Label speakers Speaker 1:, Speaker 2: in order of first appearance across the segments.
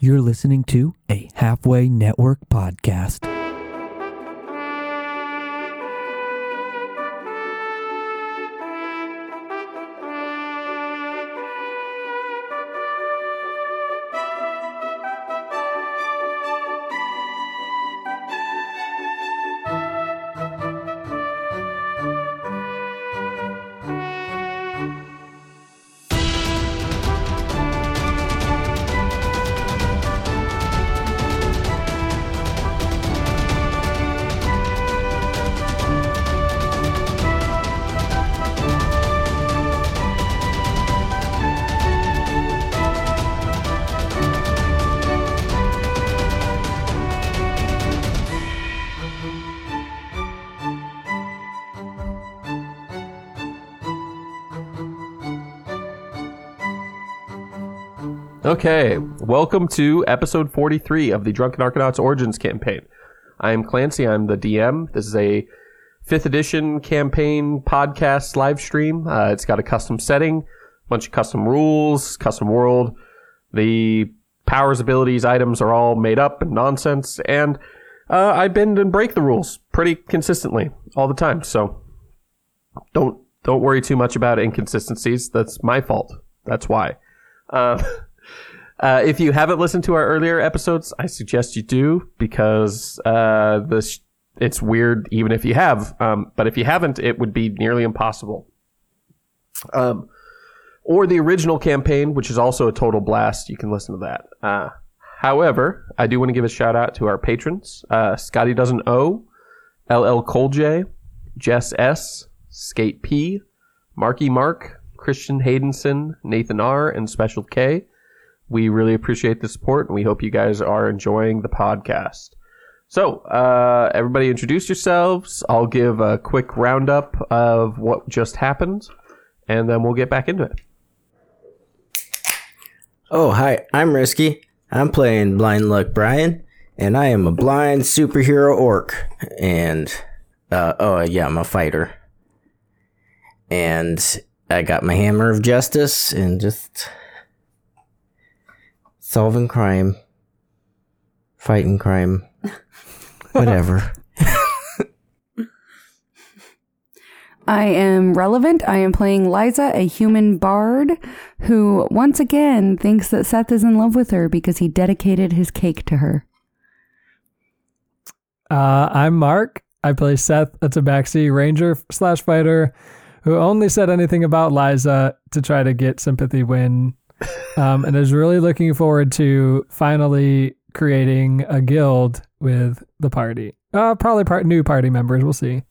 Speaker 1: You're listening to a Halfway Network podcast.
Speaker 2: Okay, welcome to episode 43 of the Drunken Arcanauts Origins campaign. I am Clancy, I'm the DM. This is a 5th edition campaign podcast live stream. Uh, it's got a custom setting, a bunch of custom rules, custom world. The powers, abilities, items are all made up and nonsense, and uh, I bend and break the rules pretty consistently all the time, so don't don't worry too much about inconsistencies. That's my fault. That's why. Uh, Uh, if you haven't listened to our earlier episodes, I suggest you do because uh, this it's weird even if you have. Um, but if you haven't, it would be nearly impossible. Um, or the original campaign, which is also a total blast. You can listen to that. Uh, however, I do want to give a shout out to our patrons: uh, Scotty doesn't O, LL Cole J, Jess S, Skate P, Marky Mark, Christian Haydenson, Nathan R, and Special K. We really appreciate the support, and we hope you guys are enjoying the podcast. So, uh, everybody, introduce yourselves. I'll give a quick roundup of what just happened, and then we'll get back into it.
Speaker 3: Oh, hi, I'm Risky. I'm playing Blind Luck Brian, and I am a blind superhero orc. And, uh, oh, yeah, I'm a fighter. And I got my Hammer of Justice and just solving crime, fighting crime, whatever.
Speaker 4: I am relevant. I am playing Liza, a human bard who once again thinks that Seth is in love with her because he dedicated his cake to her.
Speaker 5: Uh, I'm Mark. I play Seth, a Tabaxi ranger slash fighter who only said anything about Liza to try to get sympathy win um, and is really looking forward to finally creating a guild with the party. Uh, probably part- new party members. We'll see.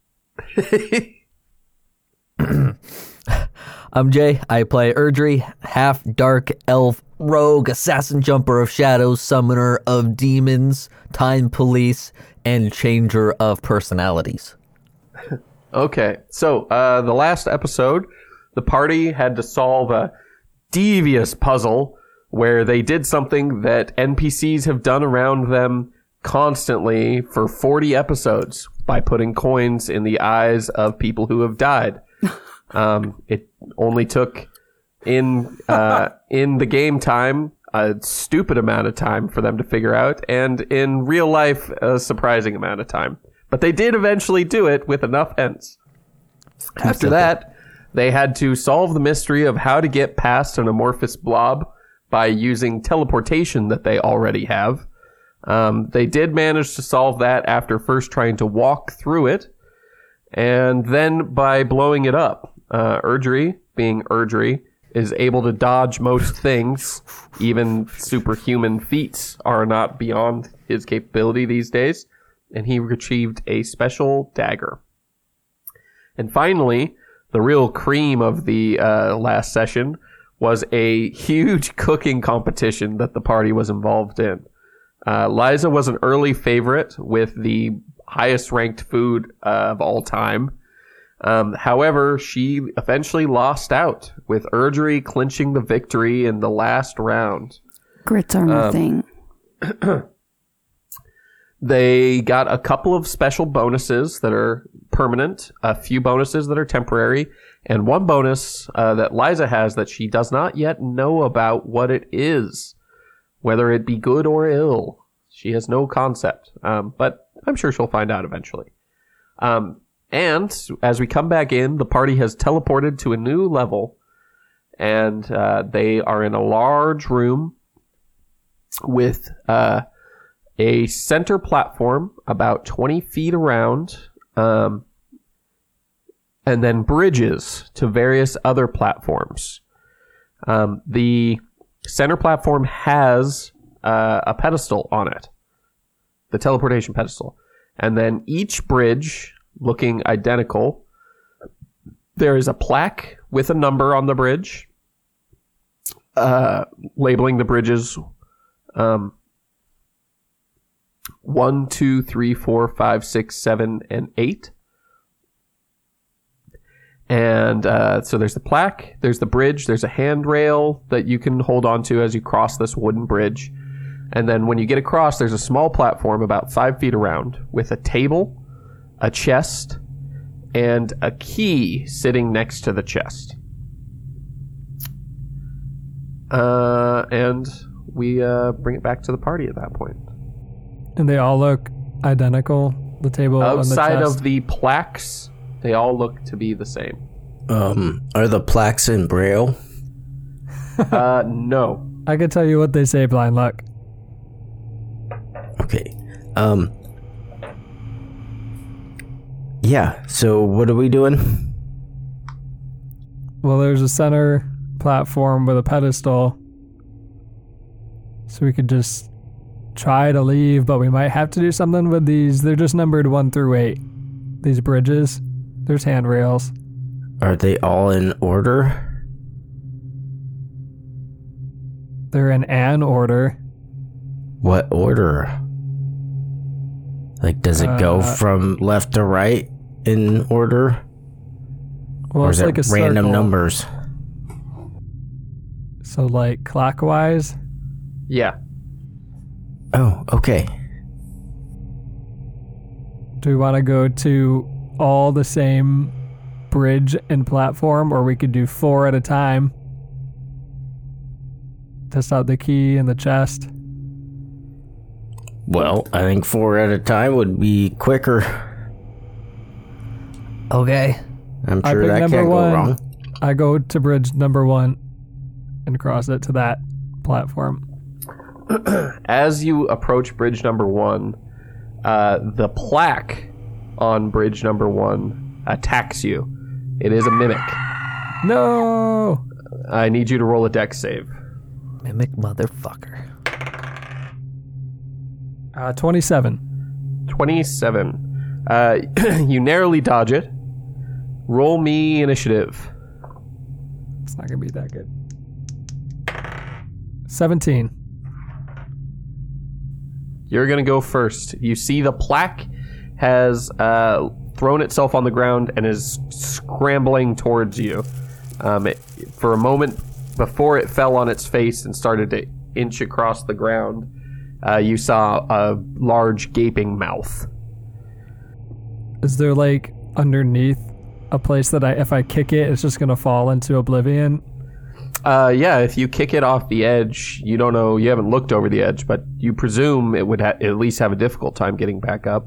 Speaker 1: I'm Jay. I play Erdry, half dark elf, rogue, assassin jumper of shadows, summoner of demons, time police, and changer of personalities.
Speaker 2: Okay, so uh, the last episode, the party had to solve a devious puzzle where they did something that NPCs have done around them constantly for 40 episodes by putting coins in the eyes of people who have died. Um, it only took in uh, in the game time a stupid amount of time for them to figure out, and in real life a surprising amount of time. But they did eventually do it with enough hints. After that, they had to solve the mystery of how to get past an amorphous blob by using teleportation that they already have. Um, they did manage to solve that after first trying to walk through it, and then by blowing it up. Uh, Erdry, being Erdry, is able to dodge most things. Even superhuman feats are not beyond his capability these days, and he retrieved a special dagger. And finally, the real cream of the uh, last session was a huge cooking competition that the party was involved in. Uh, Liza was an early favorite with the highest ranked food uh, of all time. Um, however, she eventually lost out, with Erdry clinching the victory in the last round.
Speaker 4: Grits are
Speaker 2: Um,
Speaker 4: my thing.
Speaker 2: They got a couple of special bonuses that are permanent, a few bonuses that are temporary, and one bonus uh, that Liza has that she does not yet know about what it is. whether it be good or ill. She has no concept, um, but I'm sure she'll find out eventually. Um, and as we come back in, the party has teleported to a new level, and uh, they are in a large room with uh, a center platform about 20 feet around, um, and then bridges to various other platforms. Um, the center platform has uh, a pedestal on it, the teleportation pedestal. And then each bridge looking identical, there is a plaque with a number on the bridge, uh, labeling the bridges um, one, two, three, four, five, six, seven, and 8. And uh, so there's the plaque, there's the bridge, there's a handrail that you can hold on to as you cross this wooden bridge. And then when you get across, there's a small platform about five feet around with a table, a chest, and a key sitting next to the chest. Uh, and we uh, bring it back to the party at that point.
Speaker 5: And they all look identical. The table
Speaker 2: Outside
Speaker 5: on the chest.
Speaker 2: of the plaques, they all look to be the same.
Speaker 3: Um, are the plaques in braille?
Speaker 2: Uh, no.
Speaker 5: I can tell you what they say, blind luck.
Speaker 3: Okay. Um. Yeah. So what are we doing?
Speaker 5: Well, there's a center platform with a pedestal. So we could just try to leave, but we might have to do something with these. They're just numbered one through eight. These bridges, there's handrails.
Speaker 3: Are they all in order?
Speaker 5: They're in an order.
Speaker 3: What order? Like, does it go
Speaker 5: Uh,
Speaker 3: from left to right in order,
Speaker 5: Well,
Speaker 3: or
Speaker 5: it's
Speaker 3: is
Speaker 5: like a
Speaker 3: it random
Speaker 5: circle.
Speaker 3: numbers?
Speaker 5: So like clockwise.
Speaker 2: Yeah.
Speaker 3: Oh, okay.
Speaker 5: Do we want to go to all the same bridge and platform, or we could do four at a time? Test out the key and the chest.
Speaker 3: Well, I think four at a time would be quicker.
Speaker 1: Okay.
Speaker 3: I'm
Speaker 5: I
Speaker 3: sure
Speaker 5: pick
Speaker 3: that
Speaker 5: number
Speaker 3: can't
Speaker 5: one.
Speaker 3: go wrong.
Speaker 5: I go to bridge number one and cross it to that platform.
Speaker 2: As you approach bridge number one, uh, the plaque on bridge number one attacks you. It is a mimic.
Speaker 5: No!
Speaker 2: I need you to roll a dex save.
Speaker 1: Mimic motherfucker.
Speaker 5: Uh, 27.
Speaker 2: 27. Uh, you narrowly dodge it. Roll me initiative.
Speaker 5: It's not going to be that good. 17.
Speaker 2: You're going to go first. You see the plaque has uh, thrown itself on the ground and is scrambling towards you. Um, it, for a moment, before it fell on its face and started to inch across the ground, uh, you saw a large gaping mouth.
Speaker 5: Is there like underneath a place that I, if I kick it, it's just going to fall into oblivion?
Speaker 2: Uh, yeah, if you kick it off the edge, you don't know, you haven't looked over the edge, but you presume it would ha- at least have a difficult time getting back up.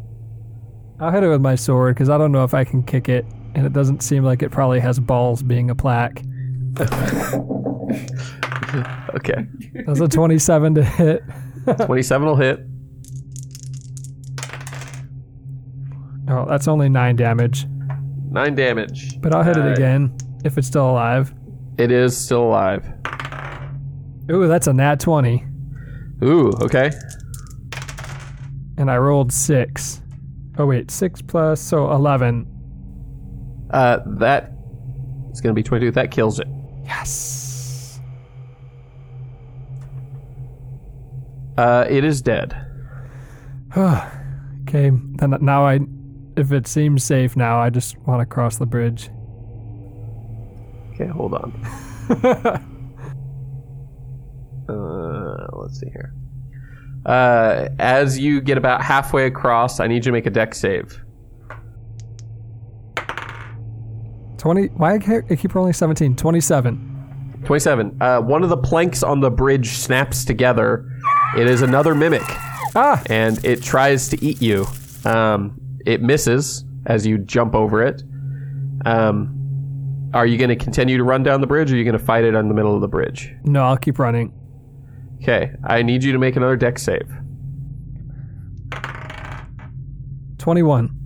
Speaker 5: I'll hit it with my sword because I don't know if I can kick it, and it doesn't seem like it probably has balls being a plaque.
Speaker 2: Okay.
Speaker 5: That's a 27 to hit.
Speaker 2: 27 will hit.
Speaker 5: Oh, that's only 9 damage,
Speaker 2: Nine damage.
Speaker 5: but I'll hit it
Speaker 2: Alright.
Speaker 5: again if it's still alive.
Speaker 2: It is still alive.
Speaker 5: Ooh, that's a nat 20.
Speaker 2: Ooh, okay.
Speaker 5: and I rolled six. Oh wait, six plus so eleven.
Speaker 2: Uh, that it's gonna be twenty-two. That kills it.
Speaker 5: Yes.
Speaker 2: Uh, it is dead.
Speaker 5: okay, then now I, if it seems safe now, I just want to cross the bridge.
Speaker 2: Okay, hold on. uh, let's see here. Uh, as you get about halfway across, I need you to make a deck save.
Speaker 5: Twenty. Why can't I keep rolling seventeen? Twenty-seven.
Speaker 2: Twenty-seven. Uh, one of the planks on the bridge snaps together, It is another mimic,
Speaker 5: Ah,
Speaker 2: and it tries to eat you. Um, it misses as you jump over it. Um, are you going to continue to run down the bridge, or are you going to fight it on the middle of the bridge?
Speaker 5: no, I'll keep running.
Speaker 2: Okay, I need you to make another deck save.
Speaker 5: 21.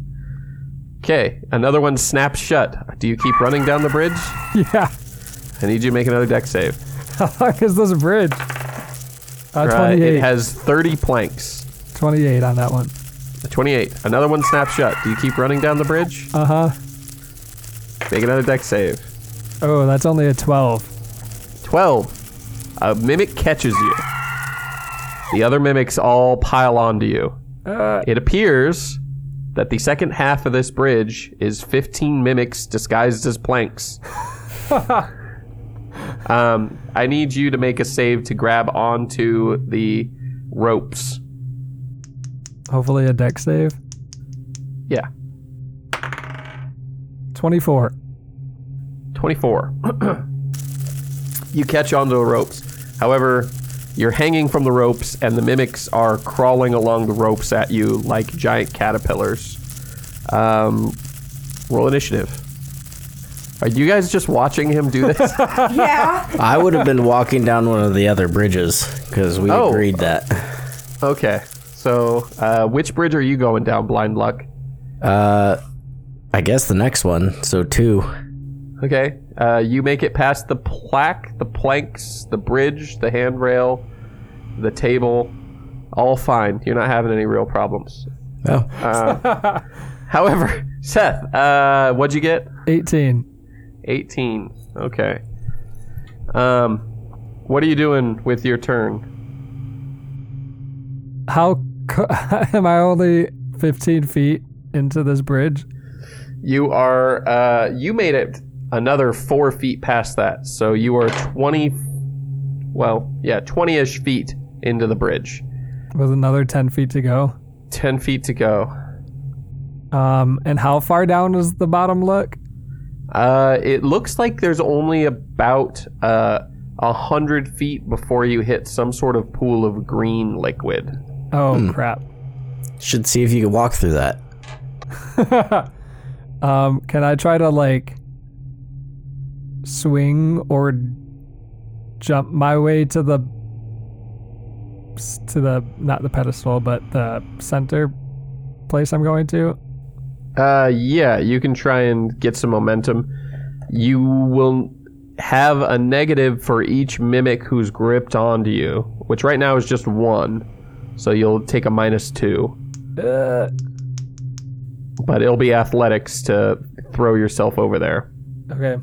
Speaker 2: Okay, another one snaps shut. Do you keep running down the bridge?
Speaker 5: Yeah.
Speaker 2: I need you to make another deck save.
Speaker 5: How long is this bridge? Uh,
Speaker 2: Uh,
Speaker 5: 28.
Speaker 2: it has 30 planks.
Speaker 5: 28 on that one.
Speaker 2: 28. Another one snaps shut. Do you keep running down the bridge?
Speaker 5: Uh huh.
Speaker 2: Make another deck save.
Speaker 5: Oh, that's only a 12.
Speaker 2: 12. A mimic catches you. The other mimics all pile onto you. it appears that the second half of this bridge is 15 mimics disguised as planks. um, I need you to make a save to grab onto the ropes.
Speaker 5: Hopefully a deck save.
Speaker 2: Yeah,
Speaker 5: 24.
Speaker 2: 24. you catch onto the ropes. However, you're hanging from the ropes, and the mimics are crawling along the ropes at you like giant caterpillars. Um, roll initiative. Are you guys just watching him do this?
Speaker 6: Yeah.
Speaker 3: I would have been walking down one of the other bridges because we
Speaker 2: Oh.
Speaker 3: agreed that.
Speaker 2: okay. So, uh, which bridge are you going down, Blind Luck?
Speaker 3: I guess the next one. So two.
Speaker 2: Okay. Uh, you make it past the plaque, the planks, the bridge, the handrail, the table. All fine. You're not having any real problems. Uh,
Speaker 3: Oh,
Speaker 2: However, Seth, uh, what'd you get?
Speaker 5: 18.
Speaker 2: 18. Okay. Um, what are you doing with your turn?
Speaker 5: How co- am I only 15 feet into this bridge?
Speaker 2: You are, uh, you made it another four feet past that. So you are 20, well, yeah, 20 ish feet into the bridge.
Speaker 5: with another 10 feet to go.
Speaker 2: 10 feet to go.
Speaker 5: Um, and how far down does the bottom look?
Speaker 2: Uh, it looks like there's only about uh, 100 feet before you hit some sort of pool of green liquid.
Speaker 5: Oh, crap.
Speaker 3: should see if you can walk through that.
Speaker 5: Um, can I try to like swing or jump my way to the to the not the pedestal but the center place I'm going to?
Speaker 2: Uh, yeah, you can try and get some momentum. You will have a negative for each mimic who's gripped onto you, which right now is just one. So you'll take a minus two,
Speaker 5: Uh,
Speaker 2: but it'll be athletics to throw yourself over there.
Speaker 5: okay.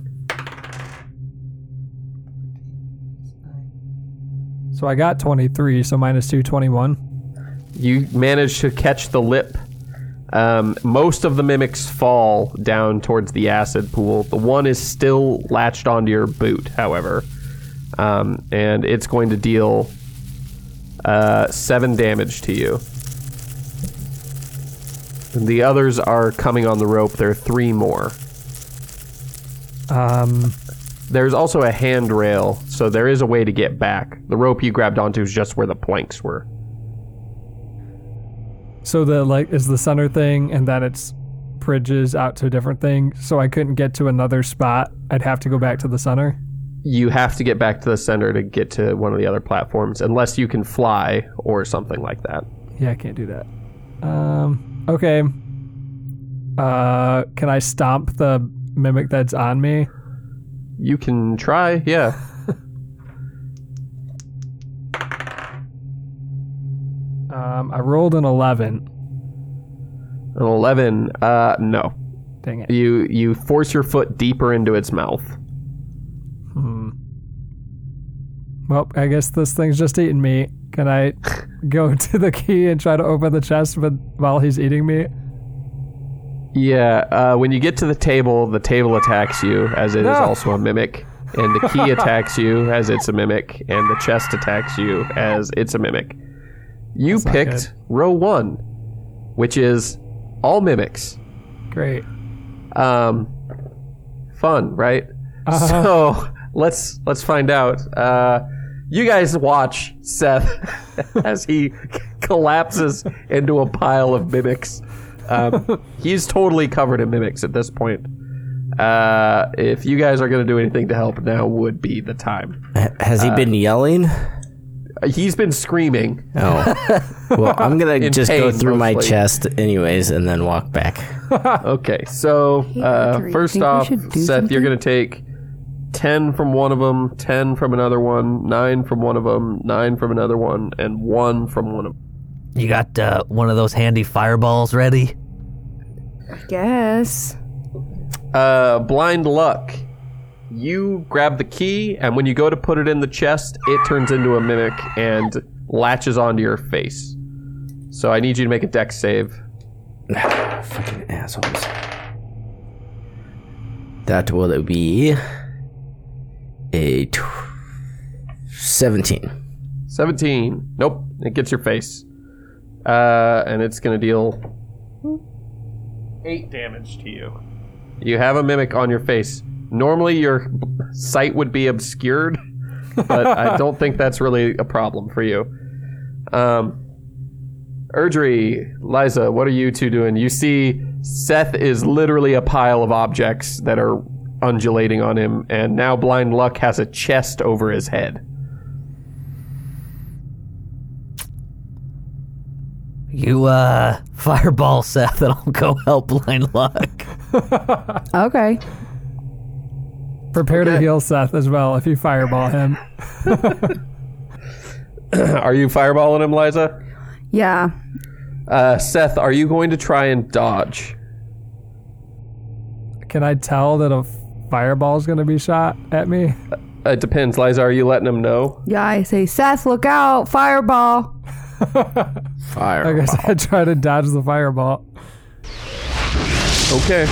Speaker 5: So I got 23, so minus 2 21.
Speaker 2: You manage to catch the lip. Um, most of the mimics fall down towards the acid pool. The one is still latched onto your boot, however, um, and it's going to deal uh, seven damage to you. And the others are coming on the rope. There are three more.
Speaker 5: Um
Speaker 2: There's also a handrail, so there is a way to get back. The rope you grabbed onto is just where the planks were.
Speaker 5: So the like is the center thing, and then it's bridges out to a different thing. So I couldn't get to another spot. I'd have to go back to the center.
Speaker 2: you have to get back to the center to get to one of the other platforms, unless you can fly or something like that.
Speaker 5: Yeah, I can't do that. Um. Okay. Uh, can I stomp the mimic that's on me?
Speaker 2: You can try, yeah.
Speaker 5: Um, I rolled an eleven.
Speaker 2: An eleven, uh, no.
Speaker 5: Dang it.
Speaker 2: You you force your foot deeper into its mouth.
Speaker 5: Well, I guess this thing's just eating me. Can I go to the key and try to open the chest with, while he's eating me?
Speaker 2: Yeah. Uh, when you get to the table, the table attacks you as it is
Speaker 5: No.
Speaker 2: also a mimic, and the key attacks you as it's a mimic, and the chest attacks you as it's a mimic. You
Speaker 5: not
Speaker 2: picked row one, which is all mimics.
Speaker 5: Great.
Speaker 2: um, fun, right? So let's let's find out. Uh, You guys watch Seth as he collapses into a pile of mimics. Um, he's totally covered in mimics at this point. Uh, if you guys are going to do anything to help, now would be the time.
Speaker 3: Has he been yelling?
Speaker 2: Uh, He's been screaming.
Speaker 3: Oh. well, I'm going to
Speaker 2: In
Speaker 3: just go
Speaker 2: pain,
Speaker 3: through my
Speaker 2: mostly.
Speaker 3: chest anyways and then walk back.
Speaker 2: Okay, so uh,
Speaker 4: Victory.
Speaker 2: first
Speaker 4: Think we
Speaker 2: off,
Speaker 4: should do
Speaker 2: Seth, you're
Speaker 4: something?
Speaker 2: going to take 10 from one of them, 10 from another one, 9 from one of them, 9 from another one, and 1 from one of them.
Speaker 1: You got uh, one of those handy fireballs ready?
Speaker 4: Guess.
Speaker 2: Uh, blind luck. You grab the key, and when you go to put it in the chest, it turns into a mimic and latches onto your face. So I need you to make a deck save.
Speaker 3: Fucking assholes. That will be a tw- 17.
Speaker 2: 17. Nope. It gets your face. Uh, and it's going to deal 8 damage to you. You have a mimic on your face. Normally, your b- sight would be obscured, but I don't think that's really a problem for you. Um, Erdry, Liza, what are you two doing? You see, Seth is literally a pile of objects that are undulating on him, and now Blind Luck has a chest over his head.
Speaker 1: You uh, fireball Seth, and I'll go help Blind Luck.
Speaker 4: Okay.
Speaker 5: Prepare to heal Seth as well if you fireball him.
Speaker 2: Are you fireballing him, Liza?
Speaker 4: Yeah.
Speaker 2: Uh, Seth, are you going to try and dodge?
Speaker 5: Can I tell that a fireball's going to be shot at me?
Speaker 2: It depends. Liza, are you letting him know?
Speaker 4: Yeah, I say, Seth, look out. Fireball.
Speaker 3: Fire.
Speaker 5: I guess I try to dodge the fireball.
Speaker 2: Okay.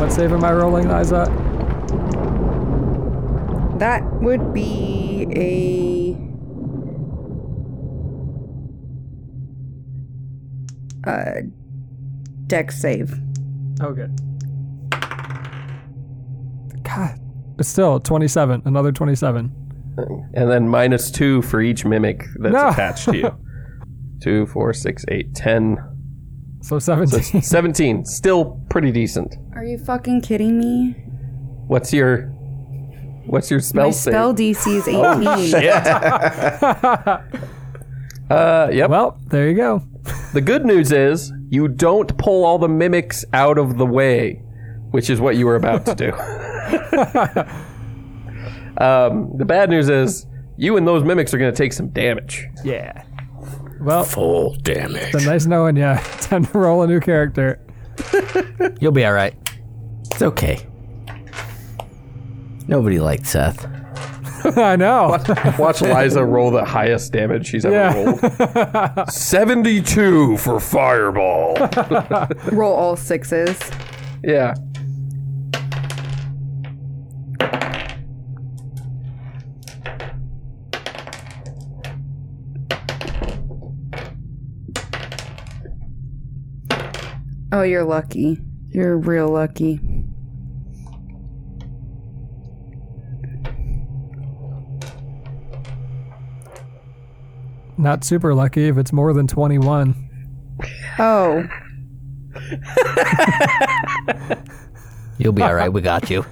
Speaker 5: What save am I rolling, Liza?
Speaker 4: That would be a. Uh, deck save.
Speaker 5: Oh, good. God. But still, 27. Another 27.
Speaker 2: And then minus two for each mimic that's
Speaker 5: No.
Speaker 2: attached to you. Two, four, six, eight, ten.
Speaker 5: So 17.
Speaker 2: Seventeen. Still pretty decent.
Speaker 4: Are you fucking kidding me?
Speaker 2: What's your what's your spell
Speaker 4: My
Speaker 2: save? Oh,
Speaker 4: spell DC is 18.
Speaker 2: uh yep.
Speaker 5: well, there you go.
Speaker 2: The good news is you don't pull all the mimics out of the way, which is what you were about to do. um, the bad news is you and those mimics are going to take some damage.
Speaker 5: Yeah. Well,
Speaker 3: Full damage.
Speaker 5: it's nice knowing you. Time to roll a new character.
Speaker 1: You'll be all right.
Speaker 3: It's okay. Nobody liked Seth.
Speaker 5: I know.
Speaker 2: Watch Liza roll the highest damage she's ever
Speaker 5: Yeah.
Speaker 2: rolled 72 for Fireball.
Speaker 4: Roll all sixes.
Speaker 2: yeah.
Speaker 4: Oh, you're lucky. You're real lucky.
Speaker 5: Not super lucky if it's more than 21.
Speaker 4: Oh,
Speaker 1: You'll be all right. We got you.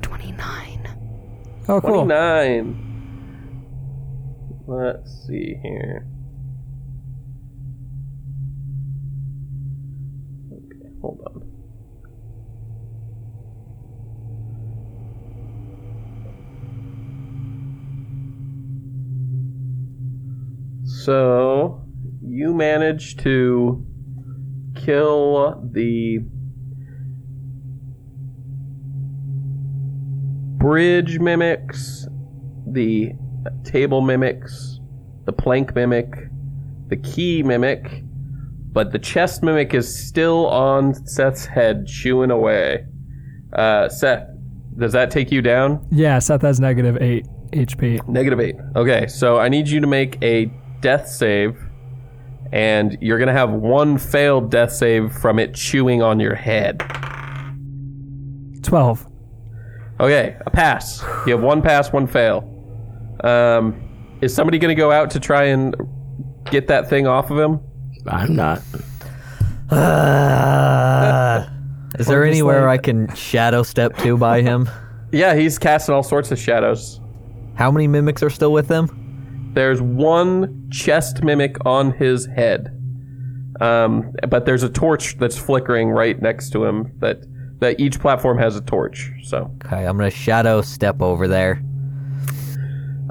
Speaker 4: 29.
Speaker 5: Oh, cool.
Speaker 2: 29. Let's see here. Okay, hold on. So, you managed to kill the bridge mimics, the table mimics, the plank mimic, the key mimic, but the chest mimic is still on Seth's head, chewing away. Uh, Seth, does that take you down?
Speaker 5: Yeah, Seth has negative 8 HP.
Speaker 2: Negative eight. Okay, so I need you to make a death save, and you're gonna have one failed death save from it chewing on your head.
Speaker 5: 12.
Speaker 2: Okay, a pass. You have one pass, one fail. Um, is somebody going to go out to try and get that thing off of him?
Speaker 3: I'm not.
Speaker 1: Uh, is there
Speaker 5: Or just
Speaker 1: anywhere
Speaker 5: like-
Speaker 1: I can shadow step to by him?
Speaker 2: Yeah, he's casting all sorts of shadows.
Speaker 1: How many mimics are still with him?
Speaker 2: There's one chest mimic on his head, um, but there's a torch that's flickering right next to him. That that each platform has a torch. So
Speaker 1: Okay, I'm gonna shadow step over there.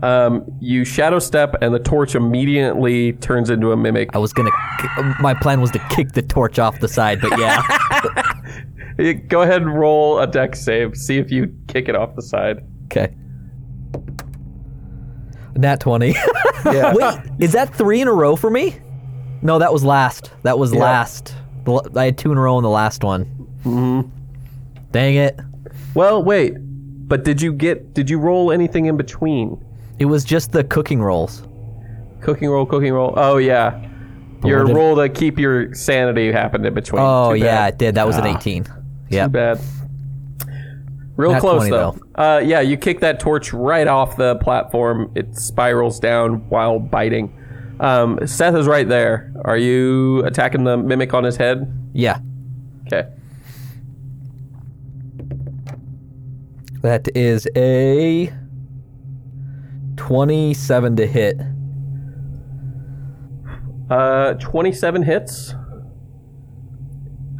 Speaker 2: um, you shadow step, and the torch immediately turns into a mimic.
Speaker 1: I was gonna. ki- My plan was to kick the torch off the side, but yeah.
Speaker 2: You- Go ahead and roll a deck save. See if you kick it off the side.
Speaker 1: Okay. Nat 20. Wait, is that three in a row for me? No, that was last. That was last. The l- I had two in a row in the last one. Mm-hmm. Dang it.
Speaker 2: Well, wait. But did you get? Did you roll anything in between?
Speaker 1: It was just the cooking rolls.
Speaker 2: Cooking roll, cooking roll. Oh yeah, your roll to keep your sanity happened in between.
Speaker 1: Oh,
Speaker 2: Too bad.
Speaker 1: yeah, it did. That was an 18. Yeah.
Speaker 2: Ah. Too bad. Real
Speaker 1: Nat
Speaker 2: close
Speaker 1: 20,
Speaker 2: though. Uh, yeah, you kick that torch right off the platform. It spirals down while biting. Um, Seth is right there. Are you attacking the mimic on his head?
Speaker 1: Yeah.
Speaker 2: Okay.
Speaker 1: That is a 27 to hit.
Speaker 2: Uh, 27 hits.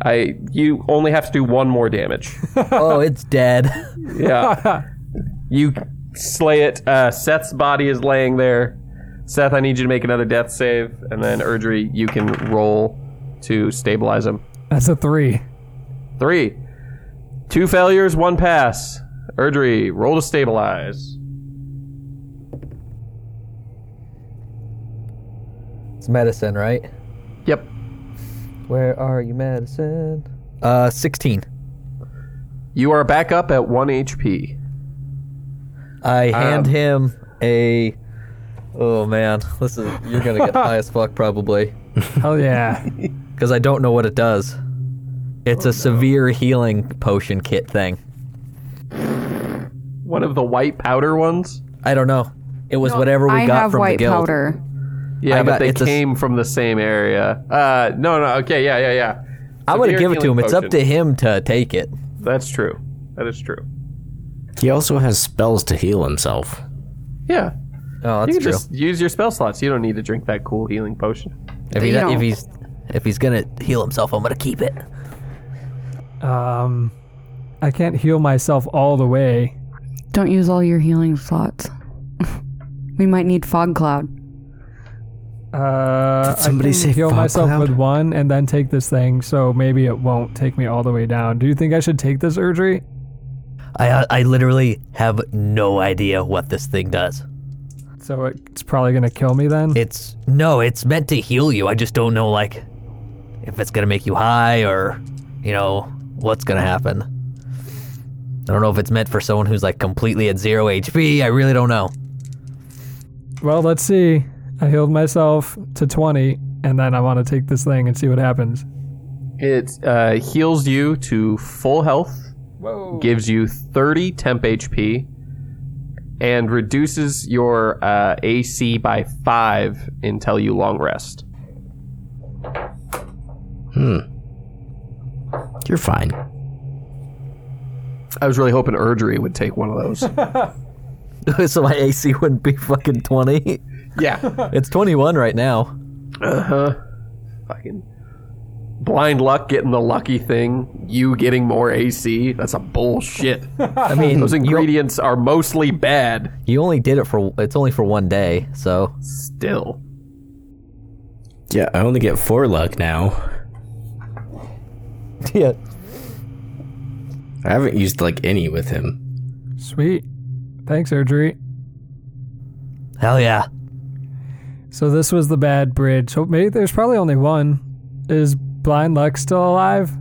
Speaker 2: I you only have to do one more damage.
Speaker 1: oh, it's dead.
Speaker 2: Yeah. you slay it. Uh, Seth's body is laying there. Seth, I need you to make another death save, and then Urdry, you can roll to stabilize him.
Speaker 5: That's a three.
Speaker 2: Three, two failures, one pass. Urdry, roll to stabilize.
Speaker 1: It's medicine, right?
Speaker 2: Yep.
Speaker 1: Where are you, medicine? Uh, 16.
Speaker 2: You are back up at one HP.
Speaker 1: I hand him a. Oh man, this is you're gonna get high as fuck probably
Speaker 5: Hell yeah.
Speaker 1: because I don't know what it does. It's a severe healing potion kit thing.
Speaker 2: One of the white powder ones.
Speaker 1: I don't know. It was whatever we
Speaker 4: I
Speaker 1: got
Speaker 4: have
Speaker 1: from
Speaker 4: white
Speaker 1: the guild.
Speaker 4: powder.
Speaker 2: Yeah,
Speaker 1: I
Speaker 2: but
Speaker 1: got-
Speaker 2: they
Speaker 1: it's a s-
Speaker 2: came from the same area. Uh, no, no, okay, yeah, yeah, yeah.
Speaker 1: I'm gonna
Speaker 2: Severe
Speaker 1: give it to him.
Speaker 2: healing
Speaker 1: It's up
Speaker 2: potion.
Speaker 1: to him to take it.
Speaker 2: That's true. That is true.
Speaker 3: He also has spells to heal himself.
Speaker 2: Yeah,
Speaker 1: Oh,
Speaker 2: you
Speaker 1: that's
Speaker 2: can
Speaker 1: true.
Speaker 2: just use your spell slots. You don't need to drink that cool healing potion.
Speaker 1: if, he,
Speaker 4: You don't.
Speaker 1: if he's if he's gonna heal himself, I'm gonna keep it.
Speaker 5: Um, I can't heal myself all the way.
Speaker 4: Don't use all your healing slots. we might need fog cloud.
Speaker 5: Uh,
Speaker 3: somebody
Speaker 5: I can
Speaker 3: say
Speaker 5: heal
Speaker 3: fog
Speaker 5: myself
Speaker 3: cloud?
Speaker 5: with one and then take this thing, so maybe it won't take me all the way down. Do you think I should take this urgery?
Speaker 1: I I literally have no idea what this thing does.
Speaker 5: So it's probably gonna kill me then.
Speaker 1: It's no, it's meant to heal you. I just don't know like if it's gonna make you high or you know what's gonna happen. I don't know if it's meant for someone who's like completely at zero HP. I really don't know.
Speaker 5: Well, let's see. I healed myself to 20, and then I want to take this thing and see what happens.
Speaker 2: It uh, heals you to full health,
Speaker 5: Whoa.
Speaker 2: gives you 30 temp HP, and reduces your uh, AC by five until you long rest.
Speaker 3: You're fine.
Speaker 2: I was really hoping Urdry would take one of those.
Speaker 1: so my AC wouldn't be fucking twenty.
Speaker 2: yeah.
Speaker 1: it's twenty one right now.
Speaker 2: Fucking blind luck getting the lucky thing, you getting more AC. That's a bullshit.
Speaker 1: I mean,
Speaker 2: Those ingredients are mostly bad.
Speaker 1: you only did it for it's only for one day, so
Speaker 2: Still.
Speaker 3: Yeah, I only get four luck now.
Speaker 1: yeah.
Speaker 3: I haven't used like any with him.
Speaker 5: Sweet. Thanks, urgery.
Speaker 1: Hell yeah.
Speaker 5: So this was the bad bridge. So maybe there's probably only one. Is Blind Luck still alive?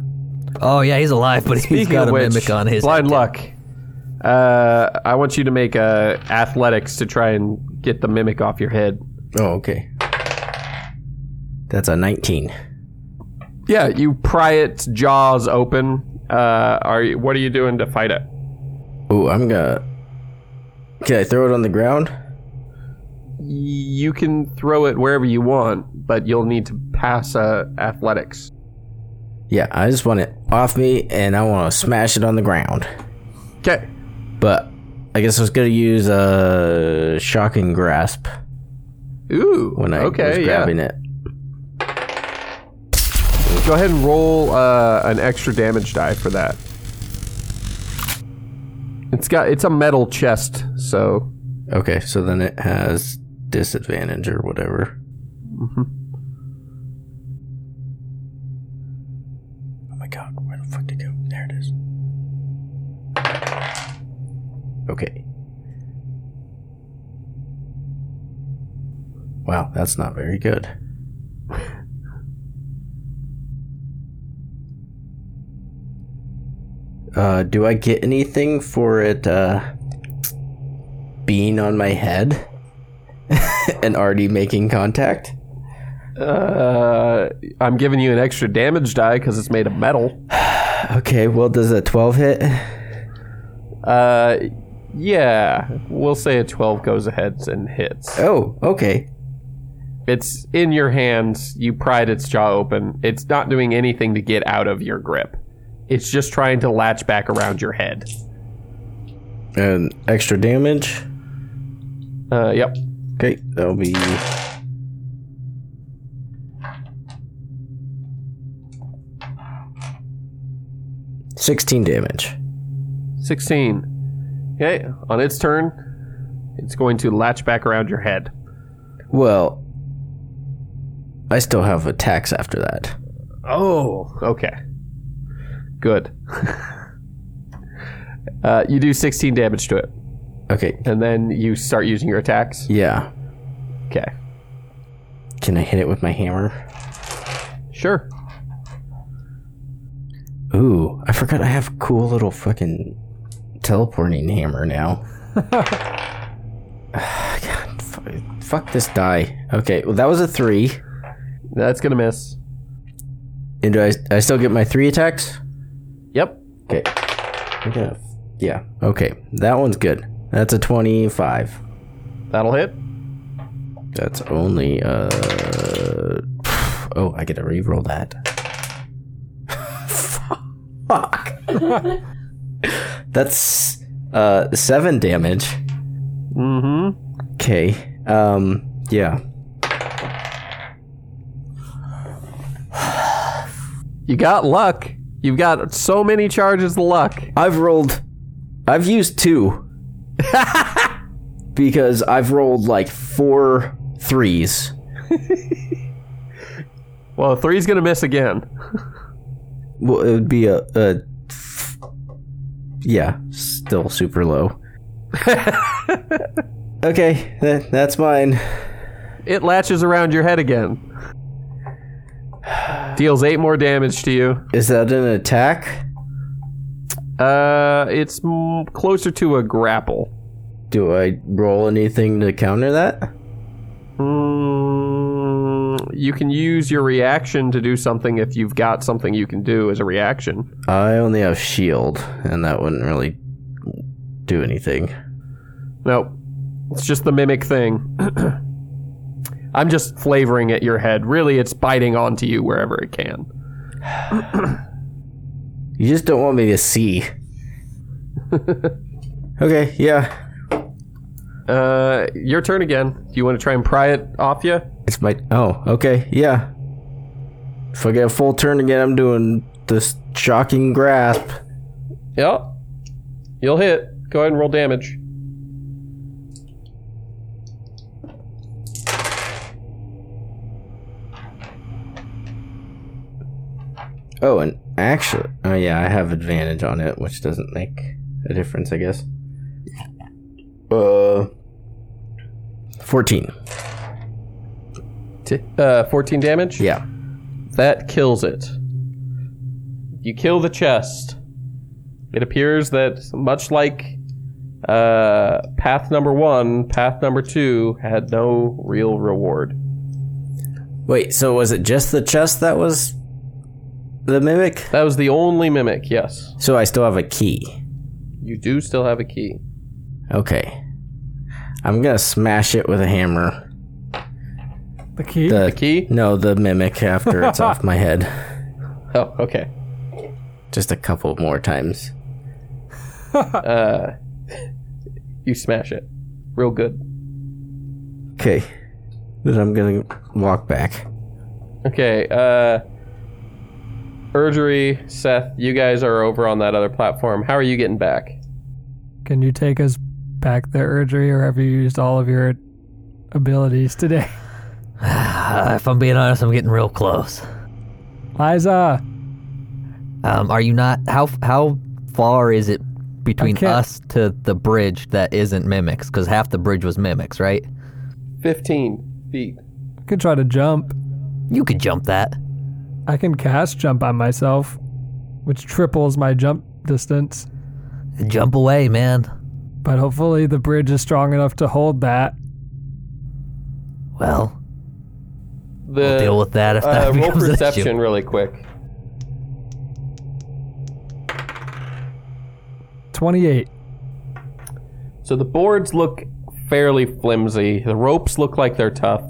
Speaker 1: Oh yeah, he's alive, but he's
Speaker 2: Speaking
Speaker 1: got
Speaker 2: of
Speaker 1: a
Speaker 2: which,
Speaker 1: mimic on his.
Speaker 2: blind luck. Uh, I want you to make uh, athletics to try and get the mimic off your head.
Speaker 3: Oh, okay. That's a 19.
Speaker 2: Yeah, you pry its jaws open. Uh, are you, what are you doing to fight it?
Speaker 3: Ooh, I'm gonna. Can I throw it on the ground?
Speaker 2: You can throw it wherever you want, but you'll need to pass uh, athletics.
Speaker 3: Yeah, I just want it off me and I want to smash it on the ground.
Speaker 2: Okay.
Speaker 3: But I guess I was gonna use a shocking grasp
Speaker 2: Ooh.
Speaker 3: when I was
Speaker 2: okay, yeah.
Speaker 3: grabbing it.
Speaker 2: Go ahead and roll uh, an extra damage die for that. It's got it's a metal chest, so
Speaker 3: Okay, so then it has disadvantage or whatever. Oh my god, where the fuck did it go? There it is. Okay. Wow, that's not very good. Uh, do I get anything for it uh, being on my head and already making contact?
Speaker 2: uh, I'm giving you an extra damage die because it's made of metal.
Speaker 3: Okay, well, does a 12 hit?
Speaker 2: Uh, yeah, we'll say a 12 goes ahead and hits.
Speaker 3: Oh, okay.
Speaker 2: It's in your hands. You pried its jaw open. It's not doing anything to get out of your grip. It's just trying to latch back around your head.
Speaker 3: And Um, extra damage.
Speaker 2: Uh, yep.
Speaker 3: Okay, that'll be. Sixteen damage.
Speaker 2: 16. Okay, on its turn, it's going to latch back around your head.
Speaker 3: Well, I still have attacks after that.
Speaker 2: Oh, okay. Good. uh, you do 16 damage to it,
Speaker 3: Okay,
Speaker 2: and then you start using your attacks.
Speaker 3: yeah.
Speaker 2: Okay.
Speaker 3: Can I hit it with my hammer?
Speaker 2: Sure.
Speaker 3: Ooh, I forgot I have cool little fucking teleporting hammer now. Ah, God, fu- fuck this die. Okay, well that was a three.
Speaker 2: That's going to miss.
Speaker 3: And do I, I still get my three attacks?
Speaker 2: Yep.
Speaker 3: Okay. I got a- yeah. Okay. That one's good. That's a 25.
Speaker 2: That'll hit.
Speaker 3: That's only, uh. Oh, I get to reroll that. Fuck. That's, uh, seven damage.
Speaker 2: Mm hmm.
Speaker 3: Okay. Um, yeah.
Speaker 2: You got luck. You've got so many charges of luck.
Speaker 3: I've rolled. I've used two. because I've rolled like four threes.
Speaker 2: Well, three's going to miss again.
Speaker 3: Well, it would be a, a yeah, still super low. okay, that, that's mine.
Speaker 2: It latches around your head again. Deals eight more damage to you.
Speaker 3: Is that an attack?
Speaker 2: Uh, it's m- closer to a grapple.
Speaker 3: Do I roll anything to counter that?
Speaker 2: Mm, you can use your reaction to do something if you've got something you can do as a reaction.
Speaker 3: I only have shield, and that wouldn't really do anything.
Speaker 2: Nope. It's just the mimic thing. I'm just flavoring at your head. Really, it's biting onto you wherever it can.
Speaker 3: You just don't want me to see. okay, yeah,
Speaker 2: Uh, your turn again. Do you want to try and pry it off you?
Speaker 3: it's my. Oh, okay, yeah. If I get a full turn again, I'm doing this shocking grasp.
Speaker 2: Yep. You'll hit. Go ahead and roll damage.
Speaker 3: Oh, and actually, oh yeah, I have advantage on it, which doesn't make a difference, I guess. Uh, fourteen.
Speaker 2: T- uh, 14 damage?
Speaker 3: Yeah.
Speaker 2: That kills it. You kill the chest. It appears that, much like uh, path number one, path number two had no real reward.
Speaker 3: Wait, so was it just the chest that was the mimic?
Speaker 2: That was the only mimic, yes.
Speaker 3: So I still have a key.
Speaker 2: You do still have a key.
Speaker 3: Okay. I'm gonna smash it with a hammer.
Speaker 5: The key?
Speaker 3: The,
Speaker 2: The key?
Speaker 3: No, the mimic after it's off my head.
Speaker 2: Oh, okay.
Speaker 3: Just a couple more times.
Speaker 2: Uh, you smash it, real good.
Speaker 3: Okay. Then I'm gonna walk back.
Speaker 2: Okay, uh Urgery, Seth, you guys are over on that other platform. How are you getting back?
Speaker 5: Can you take us back there, Urgery, or have you used all of your abilities today?
Speaker 1: Uh, if I'm being honest, I'm getting real close.
Speaker 5: Liza,
Speaker 1: Um, are you not? How how far is it between
Speaker 5: can't-
Speaker 1: us to the bridge that isn't mimics? Because half the bridge was mimics, right?
Speaker 2: 15 feet.
Speaker 5: I can try to jump.
Speaker 1: You could jump that.
Speaker 5: I can cast jump on myself, which triples my jump distance.
Speaker 1: Jump away, man.
Speaker 5: But hopefully the bridge is strong enough to hold that.
Speaker 1: Well,
Speaker 2: The
Speaker 1: deal with that if that
Speaker 2: uh, roll
Speaker 1: becomes an issue.
Speaker 2: perception really quick.
Speaker 5: 28.
Speaker 2: So the boards look fairly flimsy. The ropes look like they're tough.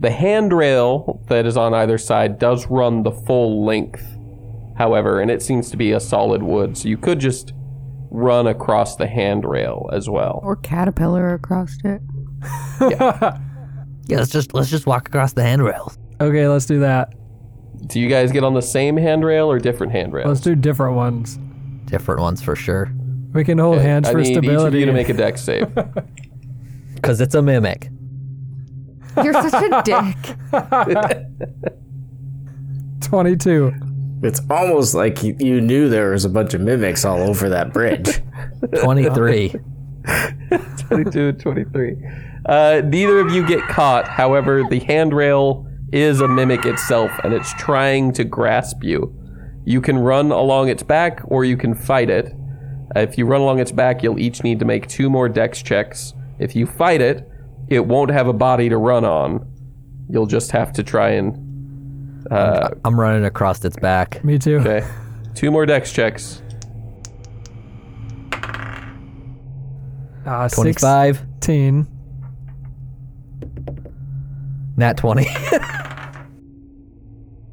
Speaker 2: The handrail that is on either side does run the full length, however, and it seems to be a solid wood. So you could just run across the handrail as well.
Speaker 4: Or caterpillar across it.
Speaker 1: Yeah, let's just let's just walk across the handrails.
Speaker 5: Okay, let's do that.
Speaker 2: Do you guys get on the same handrail or different handrail?
Speaker 5: Let's do different ones.
Speaker 1: Different ones for sure.
Speaker 5: We can hold hands
Speaker 2: I
Speaker 5: for
Speaker 2: need each of
Speaker 5: stability.
Speaker 2: you to make a deck save.
Speaker 1: Cause it's a mimic.
Speaker 4: You're such a dick.
Speaker 5: 22.
Speaker 3: It's almost like you, you knew there was a bunch of mimics all over that bridge.
Speaker 1: Twenty three.
Speaker 2: 22 and 23. Uh, neither of you get caught. However, the handrail is a mimic itself and it's trying to grasp you. You can run along its back or you can fight it. Uh, if you run along its back, you'll each need to make two more dex checks. If you fight it, it won't have a body to run on. You'll just have to try and. uh,
Speaker 1: I'm running across its back.
Speaker 5: Me too.
Speaker 2: Okay. Two more dex checks.
Speaker 5: Ah,
Speaker 1: Twenty five.
Speaker 5: 16.
Speaker 1: Nat twenty.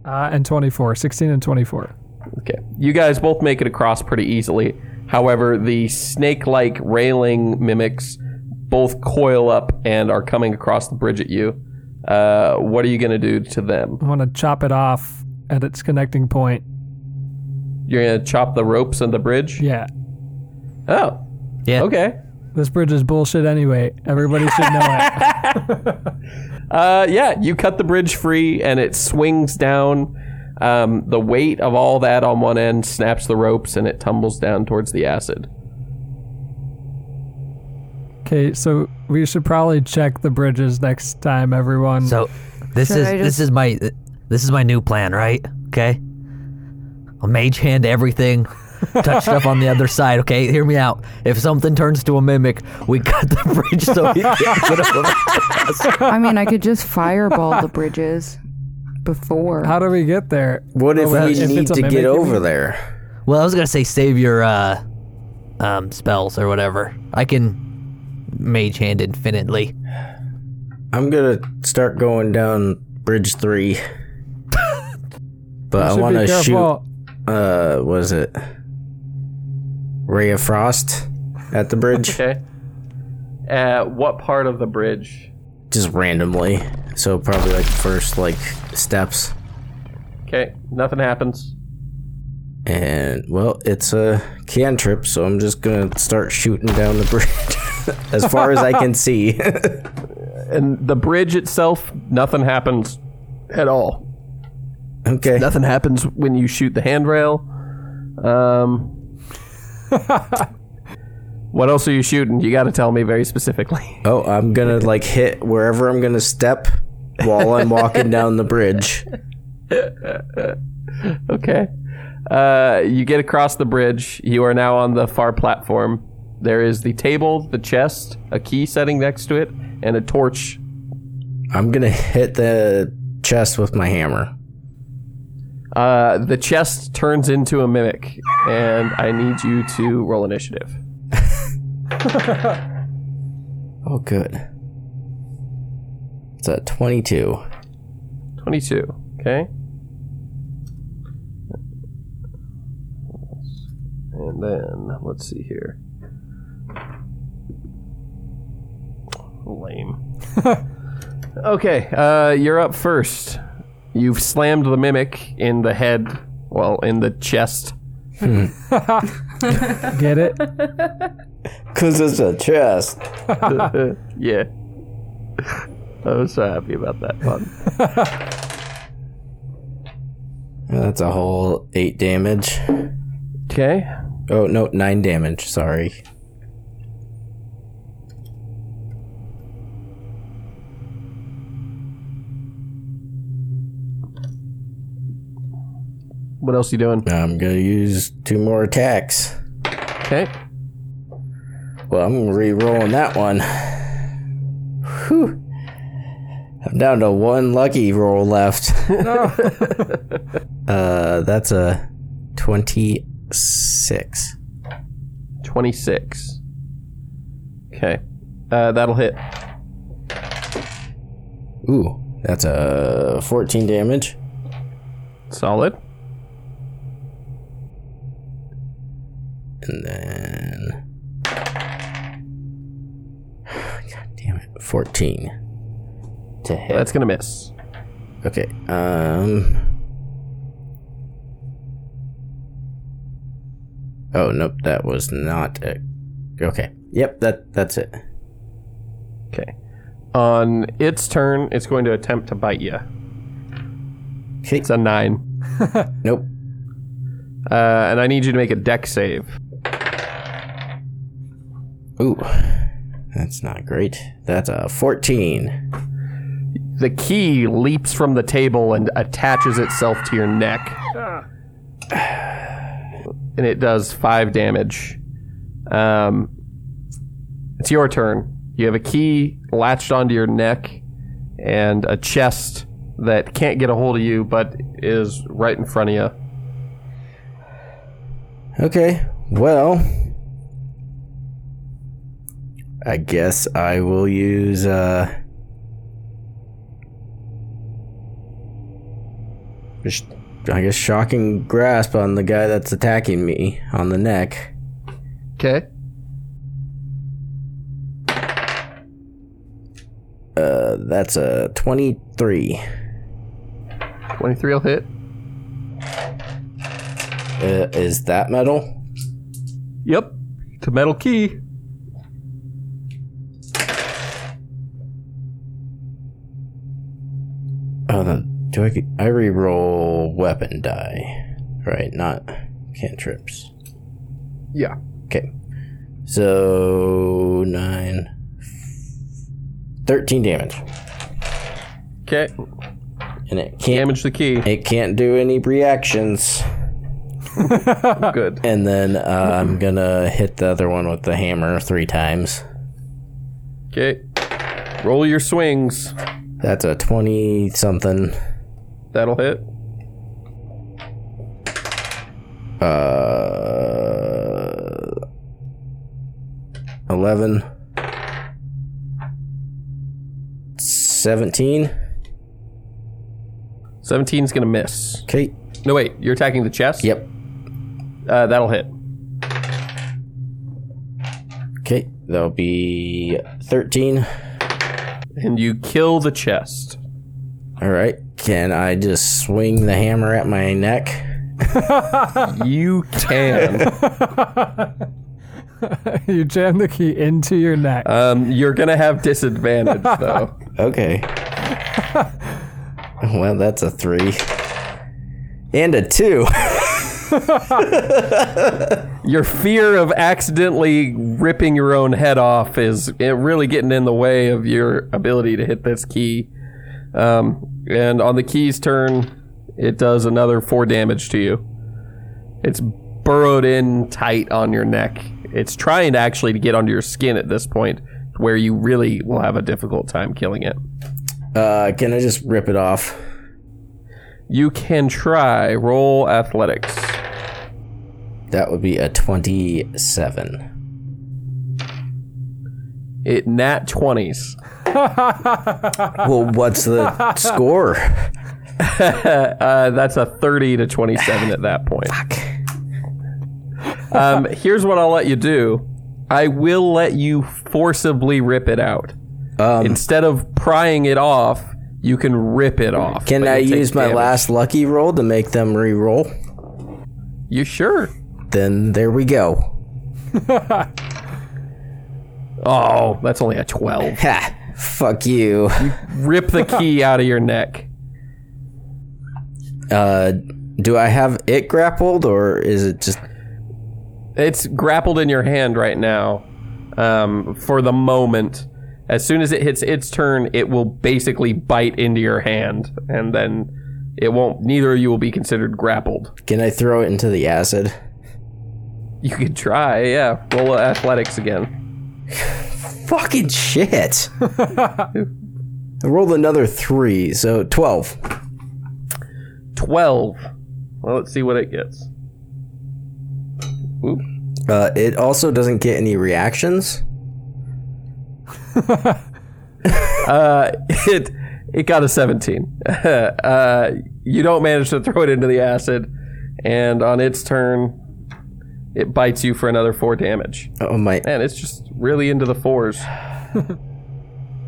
Speaker 5: Ah, and 24. 16 and 24.
Speaker 2: Okay. You guys both make it across pretty easily. However, the snake like railing mimics both coil up and are coming across the bridge at you. Uh, what are you going to do to them?
Speaker 5: I want to chop it off at its connecting point.
Speaker 2: You're going to chop the ropes on the bridge?
Speaker 5: Yeah.
Speaker 2: Oh,
Speaker 1: yeah.
Speaker 2: okay.
Speaker 5: This bridge is bullshit anyway. Everybody should know it.
Speaker 2: Uh, yeah, you cut the bridge free and it swings down. Um, the weight of all that on one end snaps the ropes and it tumbles down towards the acid.
Speaker 5: Okay, so we should probably check the bridges next time, everyone.
Speaker 1: So this
Speaker 4: Should
Speaker 1: is
Speaker 4: I
Speaker 1: this
Speaker 4: just-
Speaker 1: is my this is my new plan, right? Okay. I'll mage hand everything. Touch stuff on the other side, okay? Hear me out. If something turns to a mimic, we cut the bridge so he can't get over.
Speaker 4: I mean, I could just fireball the bridges before.
Speaker 5: How do we get there?
Speaker 3: What if
Speaker 5: Well,
Speaker 3: we
Speaker 5: if it's
Speaker 3: need to
Speaker 5: a mimic,
Speaker 3: get
Speaker 5: you
Speaker 3: over
Speaker 5: mean?
Speaker 3: there?
Speaker 1: Well, I was gonna say save your uh, um, spells or whatever. I can mage hand infinitely.
Speaker 3: I'm gonna start going down Bridge Three. but I
Speaker 5: Should
Speaker 3: want
Speaker 5: be
Speaker 3: to shoot.
Speaker 5: careful.
Speaker 3: Uh, was it Ray of Frost at the bridge?
Speaker 2: Okay. Uh, what part of the bridge?
Speaker 3: Just randomly. So probably like first like steps.
Speaker 2: Okay, nothing happens.
Speaker 3: And well, it's a cantrip, so I'm just gonna start shooting down the bridge as far as I can see.
Speaker 2: and the bridge itself, nothing happens at all.
Speaker 3: okay.
Speaker 2: Nothing happens when you shoot the handrail. Um, what else are you shooting? You got to tell me very specifically.
Speaker 3: Oh, I'm gonna like hit wherever I'm gonna step while I'm walking down the bridge.
Speaker 2: okay. Uh, you get across the bridge. You are now on the far platform. There is the table, the chest, a key setting next to it, and a torch.
Speaker 3: I'm gonna hit the chest with my hammer.
Speaker 2: Uh, the chest turns into a mimic, and I need you to roll initiative.
Speaker 3: Oh, good. It's a 22.
Speaker 2: 22. Okay. And then, let's see here. Lame. okay, uh, you're up first. You've slammed the mimic in the head, well, in the chest.
Speaker 5: Get it?
Speaker 3: Because it's a chest.
Speaker 2: yeah. I was so happy about that pun.
Speaker 3: That's a whole 8 damage.
Speaker 2: Okay.
Speaker 3: Oh, no, 9 damage. Sorry.
Speaker 2: What else you doing?
Speaker 3: I'm going to use two more attacks.
Speaker 2: Okay.
Speaker 3: Well, I'm re rolling that one. Whew. I'm down to one lucky roll left. uh, that's a 26.
Speaker 2: 26. Okay. Uh, that'll hit.
Speaker 3: Ooh, that's a 14 damage.
Speaker 2: Solid.
Speaker 3: And then. God damn it. 14 to hit.
Speaker 2: That's gonna miss.
Speaker 3: Okay. Um. Oh nope, that was not. A... Okay. Yep. That that's it.
Speaker 2: Okay. On its turn, it's going to attempt to bite you.
Speaker 3: Okay.
Speaker 2: It's a nine,
Speaker 3: Nope.
Speaker 2: uh, and I need you to make a deck save.
Speaker 3: Ooh, that's not great. That's a fourteen.
Speaker 2: The key leaps from the table and attaches itself to your neck, and it does five damage. Um, it's your turn. You have a key latched onto your neck and a chest that can't get a hold of you, but is right in front of you.
Speaker 3: Okay. Well, I guess I will use uh. sh- I guess shocking grasp on the guy that's attacking me on the neck.
Speaker 2: Okay.
Speaker 3: Uh, that's a 23.
Speaker 2: 23 will hit.
Speaker 3: Uh, is that metal?
Speaker 2: Yep. To metal key.
Speaker 3: Oh, then do I get, I re-roll weapon die, right? Not cantrips.
Speaker 2: Yeah.
Speaker 3: Okay, so nine, 13 damage,
Speaker 2: Okay.
Speaker 3: and it can't
Speaker 2: Damage the key.
Speaker 3: it can't do any reactions.
Speaker 2: Good.
Speaker 3: And then uh, I'm gonna hit the other one with the hammer three times.
Speaker 2: Okay. Roll your swings.
Speaker 3: That's a 20 something.
Speaker 2: That'll hit.
Speaker 3: Uh, 11 17
Speaker 2: 17's gonna miss.
Speaker 3: okay
Speaker 2: No, wait. You're attacking the chest?
Speaker 3: yep
Speaker 2: Uh, that'll hit.
Speaker 3: okay that'll be 13
Speaker 2: And you kill the chest.
Speaker 3: all right can i just swing the hammer at my neck
Speaker 2: You can.
Speaker 5: you jam the key into your neck.
Speaker 3: Uh,
Speaker 2: um, you're gonna have disadvantage, though.
Speaker 3: okay well that's a three and a two
Speaker 2: Your fear of accidentally ripping your own head off is it really getting in the way of your ability to hit this key. Um, and on the key's turn, it does another four damage to you. It's burrowed in tight on your neck. It's trying to actually to get onto your skin at this point, where you really will have a difficult time killing it.
Speaker 3: uh can i just rip it off
Speaker 2: You can try roll athletics.
Speaker 3: that would be a 27
Speaker 2: It nat 20s.
Speaker 3: Well, what's the score?
Speaker 2: Uh, that's a 30 to 27 at that point. um, here's what I'll let you do I will let you forcibly rip it out.
Speaker 3: Um,
Speaker 2: Instead of prying it off, you can rip it off.
Speaker 3: Can
Speaker 2: but
Speaker 3: I
Speaker 2: you'll take
Speaker 3: use my
Speaker 2: damage.
Speaker 3: last lucky roll to make them re-roll?
Speaker 2: You sure?
Speaker 3: Then there we go.
Speaker 2: Oh, that's only a 12.
Speaker 3: Ha! Fuck you.
Speaker 2: Rip the key out of your neck.
Speaker 3: Uh, do I have it grappled or is it just
Speaker 2: It's grappled in your hand right now um, for the moment. As soon as it hits its turn, it will basically bite into your hand, and then it won't. Neither of you will be considered grappled.
Speaker 3: Can I throw it into the acid?
Speaker 2: You could try, yeah. Roll athletics again.
Speaker 3: Fucking shit. I rolled another three, so 12.
Speaker 2: Twelve. Well, let's see what it gets. Oop.
Speaker 3: Uh, it also doesn't get any reactions.
Speaker 2: Uh, it it got a seventeen. uh, you don't manage to throw it into the acid, and on its turn, it bites you for another four damage.
Speaker 3: Oh, my.
Speaker 2: Man, it's just really into the fours.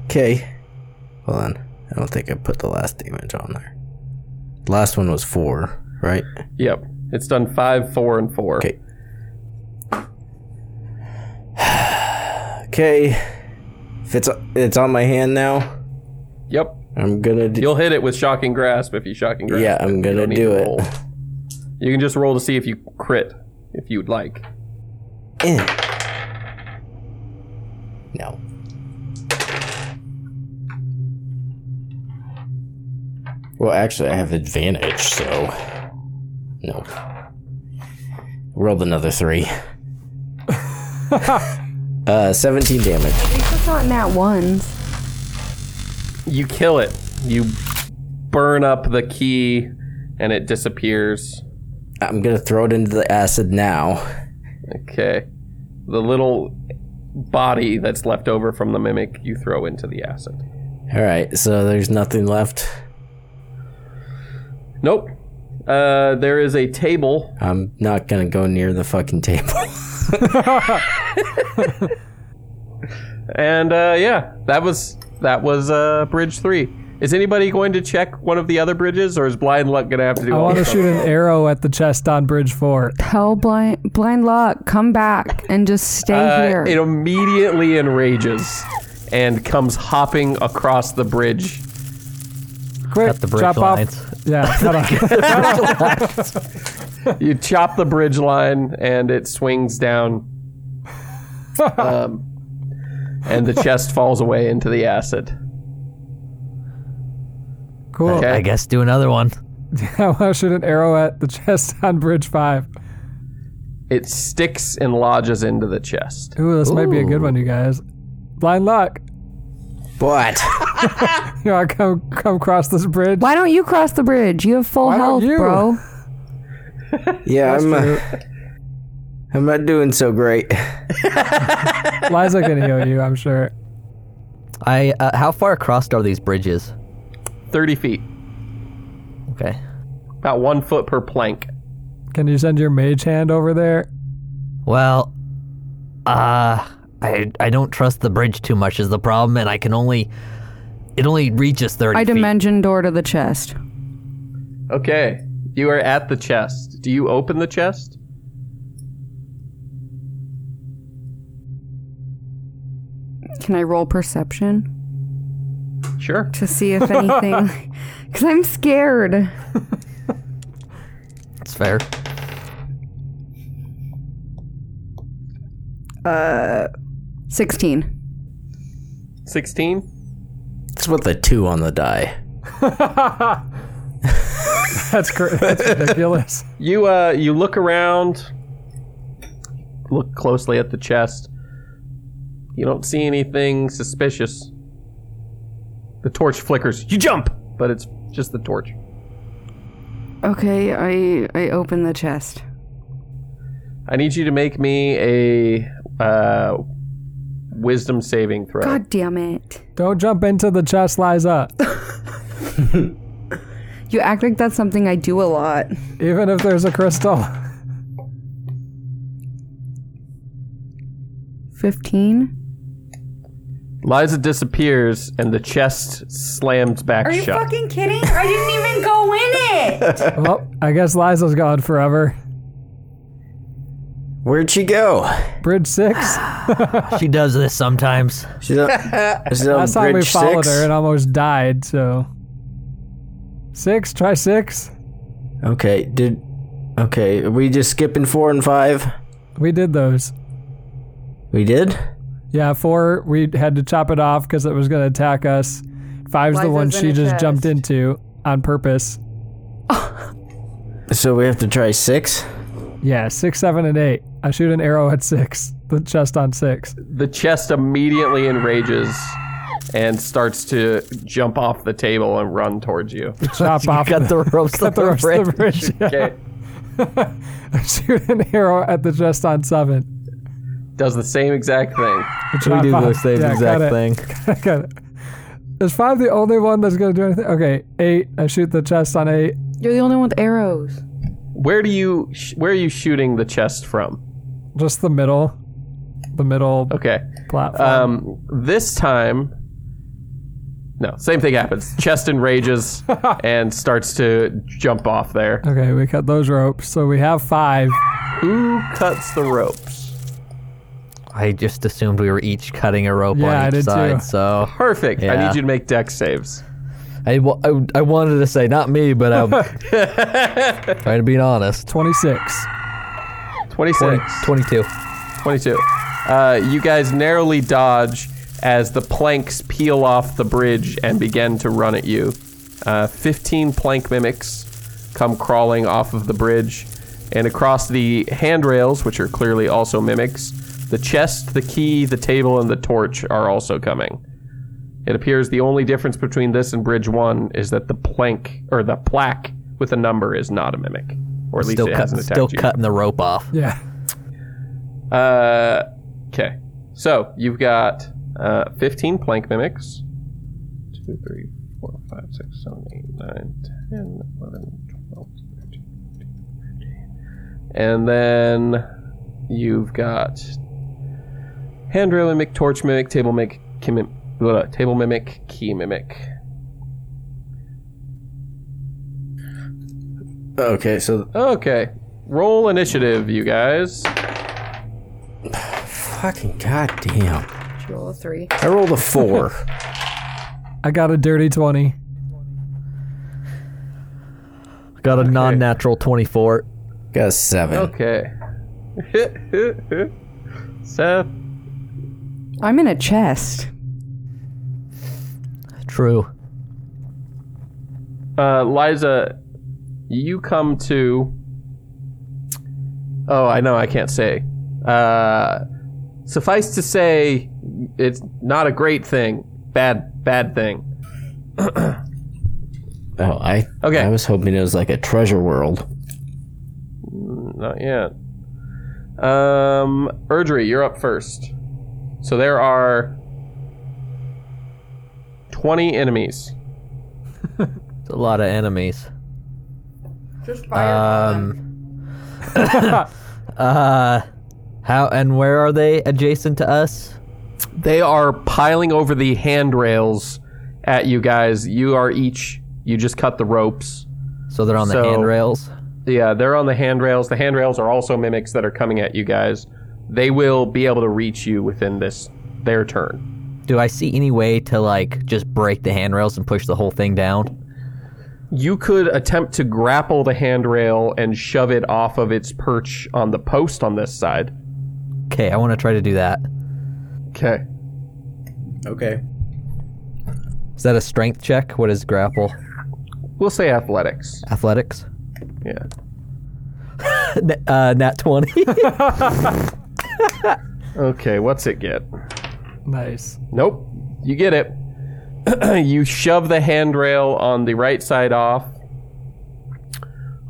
Speaker 3: Okay. Hold on. I don't think I put the last damage on there. Last one was four, right?
Speaker 2: Yep. It's done five, four, and four.
Speaker 3: Okay. Okay. If it's, it's on my hand now,
Speaker 2: Yep.
Speaker 3: I'm gonna do.
Speaker 2: You'll hit it with shocking grasp if you shocking grasp.
Speaker 3: Yeah, I'm
Speaker 2: You
Speaker 3: gonna
Speaker 2: don't need
Speaker 3: do
Speaker 2: to
Speaker 3: it.
Speaker 2: roll. You can just roll to see if you crit, if you'd like.
Speaker 3: Eh. No. Well, actually, I have advantage, so. No. Rolled another three. uh, 17 damage.
Speaker 4: That's not nat ones.
Speaker 2: You kill it. You burn up the key, and it disappears.
Speaker 3: I'm gonna throw it into the acid now.
Speaker 2: Okay. The little body that's left over from the mimic you throw into the acid.
Speaker 3: Alright, so there's nothing left.
Speaker 2: Nope. Uh, there is a table
Speaker 3: I'm not gonna go near the fucking table.
Speaker 2: And uh, yeah, that was that was uh, bridge three. Is anybody going to check one of the other bridges, or is Blind Luck going to have to do?
Speaker 5: I
Speaker 2: all
Speaker 5: want to
Speaker 2: this?
Speaker 5: shoot an arrow at the chest on Bridge Four.
Speaker 4: Tell blind blind luck, come back and just stay
Speaker 2: Uh,
Speaker 4: here.
Speaker 2: It immediately enrages and comes hopping across the bridge.
Speaker 5: Quick,
Speaker 1: Cut the bridge
Speaker 5: chop
Speaker 1: lines.
Speaker 5: off. Yeah, cut off.
Speaker 2: You chop the bridge line, and it swings down, um, and the chest falls away into the acid.
Speaker 5: cool.
Speaker 2: Okay.
Speaker 1: I guess do another one.
Speaker 5: I want to shoot an arrow at the chest on Bridge Five.
Speaker 2: It sticks and lodges into the chest.
Speaker 5: Ooh, this might be a good one, you guys. Blind luck.
Speaker 3: What?
Speaker 5: You know, I come come across this bridge.
Speaker 4: Why don't you cross the bridge? You have full
Speaker 5: Why don't
Speaker 4: health,
Speaker 5: you?
Speaker 4: bro.
Speaker 3: Yeah, I'm. Uh, I'm not doing so great.
Speaker 5: Liza can heal you, I'm sure.
Speaker 1: I uh, how far across are these bridges?
Speaker 2: Thirty feet,
Speaker 1: Okay.
Speaker 2: about one foot per plank.
Speaker 5: Can you send your mage hand over there?
Speaker 1: Well, uh, I I don't trust the bridge too much is the problem, and I can only it only reaches thirty.
Speaker 4: I
Speaker 1: feet.
Speaker 4: dimension door to the chest.
Speaker 2: Okay, you are at the chest. Do you open the chest?
Speaker 4: Can I roll perception
Speaker 2: Sure.
Speaker 4: to see if anything? Because I'm scared.
Speaker 1: It's fair.
Speaker 4: Sixteen.
Speaker 2: 16?
Speaker 3: It's with a two on the die.
Speaker 5: That's cr- that's ridiculous.
Speaker 2: You uh you look around look closely at the chest. You don't see anything suspicious. The torch flickers. You jump, but it's just the torch.
Speaker 4: Okay, I I open the chest.
Speaker 2: I need you to make me a uh wisdom saving throw.
Speaker 4: God damn it.
Speaker 5: Don't jump into the chest, Liza.
Speaker 4: You act like that's something I do a lot.
Speaker 5: Even if there's a crystal.
Speaker 4: 15?
Speaker 2: Liza disappears and the chest slams back
Speaker 6: Are you
Speaker 2: shut.
Speaker 6: fucking kidding? I didn't even go in it.
Speaker 5: well, I guess Liza's gone forever.
Speaker 3: Where'd she go?
Speaker 5: Bridge six.
Speaker 1: She does this sometimes.
Speaker 3: She's on, she's on
Speaker 5: Last time we
Speaker 3: bridge
Speaker 5: followed
Speaker 3: six.
Speaker 5: her and almost died, so. Six, try six.
Speaker 3: Okay, did okay? Are we just skipping four and five?
Speaker 5: We did those.
Speaker 3: We did.
Speaker 5: Yeah, four, we had to chop it off because it was going to attack us. Five's the
Speaker 4: Liza's
Speaker 5: one
Speaker 4: in
Speaker 5: she
Speaker 4: a
Speaker 5: just jumped
Speaker 4: chest.
Speaker 5: into on purpose.
Speaker 3: So we have to try six.
Speaker 5: Yeah, six, seven, and eight. I shoot an arrow at six, the chest on six.
Speaker 2: the chest immediately enrages and starts to jump off the table and run towards you.
Speaker 5: Chop off
Speaker 1: Cut the ropes.
Speaker 5: cut the ropes to the bridge. yeah.
Speaker 2: Okay.
Speaker 5: Shoot an arrow at the chest on seven.
Speaker 2: Does the same exact thing.
Speaker 5: Chop
Speaker 7: we do
Speaker 5: off-
Speaker 7: the same
Speaker 5: yeah,
Speaker 7: exact
Speaker 5: got it.
Speaker 7: thing.
Speaker 5: Got it. Is five the only one that's gonna do anything? Okay, eight. I shoot the chest on eight.
Speaker 4: You're the only one with arrows.
Speaker 2: Where do you sh- where are you shooting the chest from?
Speaker 5: Just the middle, the middle
Speaker 2: Okay.
Speaker 5: platform.
Speaker 7: Uh,
Speaker 2: Um this time No, same thing happens. Chest enrages and starts to jump off there.
Speaker 5: okay, we cut those ropes, so we have five.
Speaker 2: Who cuts the ropes?
Speaker 1: I just assumed we were each cutting a rope
Speaker 5: Yeah,
Speaker 1: on
Speaker 5: I
Speaker 1: each
Speaker 5: did
Speaker 1: side,
Speaker 5: too.
Speaker 1: so
Speaker 2: Perfect. I
Speaker 1: Yeah.
Speaker 2: need you to make deck saves.
Speaker 1: I, wa- I, I wanted to say not me, but I'm trying to be honest.
Speaker 5: Twenty-six.
Speaker 2: 26.
Speaker 1: 22.
Speaker 2: 22. Uh, you guys narrowly dodge as the planks peel off the bridge and begin to run at you. Uh, 15 plank mimics come crawling off of the bridge and across the handrails, which are clearly also mimics. The chest, the key, the table, and the torch are also coming. It appears the only difference between this and Bridge 1 is that the plank, or the plaque with a number, is not a mimic. Or at least
Speaker 1: Still,
Speaker 2: it
Speaker 1: cut,
Speaker 2: hasn't attacked
Speaker 1: still
Speaker 2: you.
Speaker 1: cutting the rope off.
Speaker 5: Yeah.
Speaker 2: Uh, okay. So you've got uh, 15 plank mimics. 2, 3, 4, 5, 6, 7, 8, 9, 10, 11, 12, 13, 14. And then you've got handrail mimic, torch mimic, table mimic, key mim- blah, table mimic, key mimic.
Speaker 3: Okay, so
Speaker 2: Okay. Roll initiative, you guys.
Speaker 3: fucking goddamn.
Speaker 4: Roll a three.
Speaker 3: I rolled a four.
Speaker 5: I got a dirty twenty.
Speaker 1: Got a non natural 24.
Speaker 3: Got a seven.
Speaker 2: Okay. Seth.
Speaker 4: I'm in a chest.
Speaker 1: True.
Speaker 2: uh, Liza, you come to. Oh, I know, I can't say. Uh, suffice to say, it's not a great thing. Bad, bad thing.
Speaker 3: Oh, I
Speaker 2: Okay.
Speaker 3: I was hoping it was like a treasure world.
Speaker 2: Not yet. Um, Erdry, you're up first. So there are 20 enemies.
Speaker 1: It's a lot of enemies.
Speaker 6: Just fire them.
Speaker 1: Um, Uh, how and where are they adjacent to us?
Speaker 2: They are piling over the handrails at you guys. You are each, you just cut the ropes.
Speaker 1: So they're on the
Speaker 2: So-
Speaker 1: handrails.
Speaker 2: Yeah, they're on the handrails. The handrails are also mimics that are coming at you guys. They will be able to reach you within this their turn.
Speaker 1: Do I see any way to like just break the handrails and push the whole thing down?
Speaker 2: You could attempt to grapple the handrail and shove it off of its perch on the post on this side.
Speaker 1: Okay, I want to try to do that.
Speaker 2: Okay.
Speaker 3: Okay.
Speaker 1: Is that a strength check? What is grapple?
Speaker 2: We'll say athletics.
Speaker 1: Athletics.
Speaker 2: Yeah.
Speaker 1: N- uh, nat twenty.
Speaker 2: Okay, what's it get?
Speaker 5: Nice.
Speaker 2: Nope. You get it. you shove the handrail on the right side off,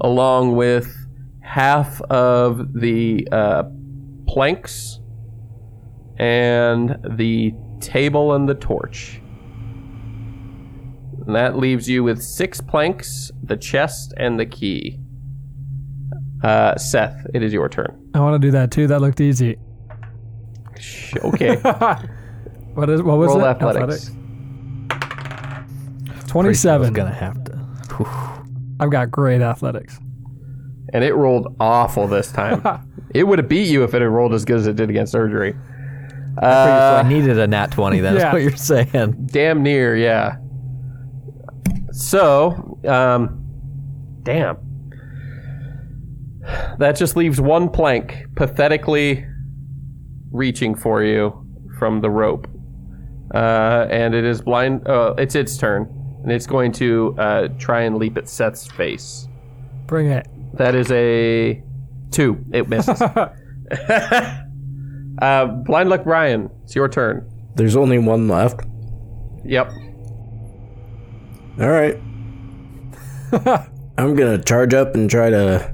Speaker 2: along with half of the uh, planks and the table and the torch. And that leaves you with six planks, the chest, and the key. Uh, Seth, it is your turn.
Speaker 5: I want to do that too. That looked easy.
Speaker 2: Sh- Okay.
Speaker 5: What is what was
Speaker 2: Roll
Speaker 5: it?
Speaker 2: athletics.
Speaker 5: Athletic.
Speaker 1: Pretty sure I was
Speaker 5: Twenty-seven.
Speaker 1: gonna have to.
Speaker 5: I've got great athletics.
Speaker 2: And it rolled awful this time. it would have beat you if it had rolled as good as it did against surgery.
Speaker 1: so I needed a nat twenty. That's
Speaker 5: yeah.
Speaker 1: what you're saying.
Speaker 2: Damn near, yeah. So, um, damn. That just leaves one plank pathetically reaching for you from the rope. Uh, and it is blind. Uh, it's its turn. And it's going to uh, try and leap at Seth's face.
Speaker 5: Bring it.
Speaker 2: That is a two. It misses. uh, blind Luck Brian, it's your turn.
Speaker 3: There's only one left.
Speaker 2: Yep.
Speaker 3: All right. I'm gonna charge up and try to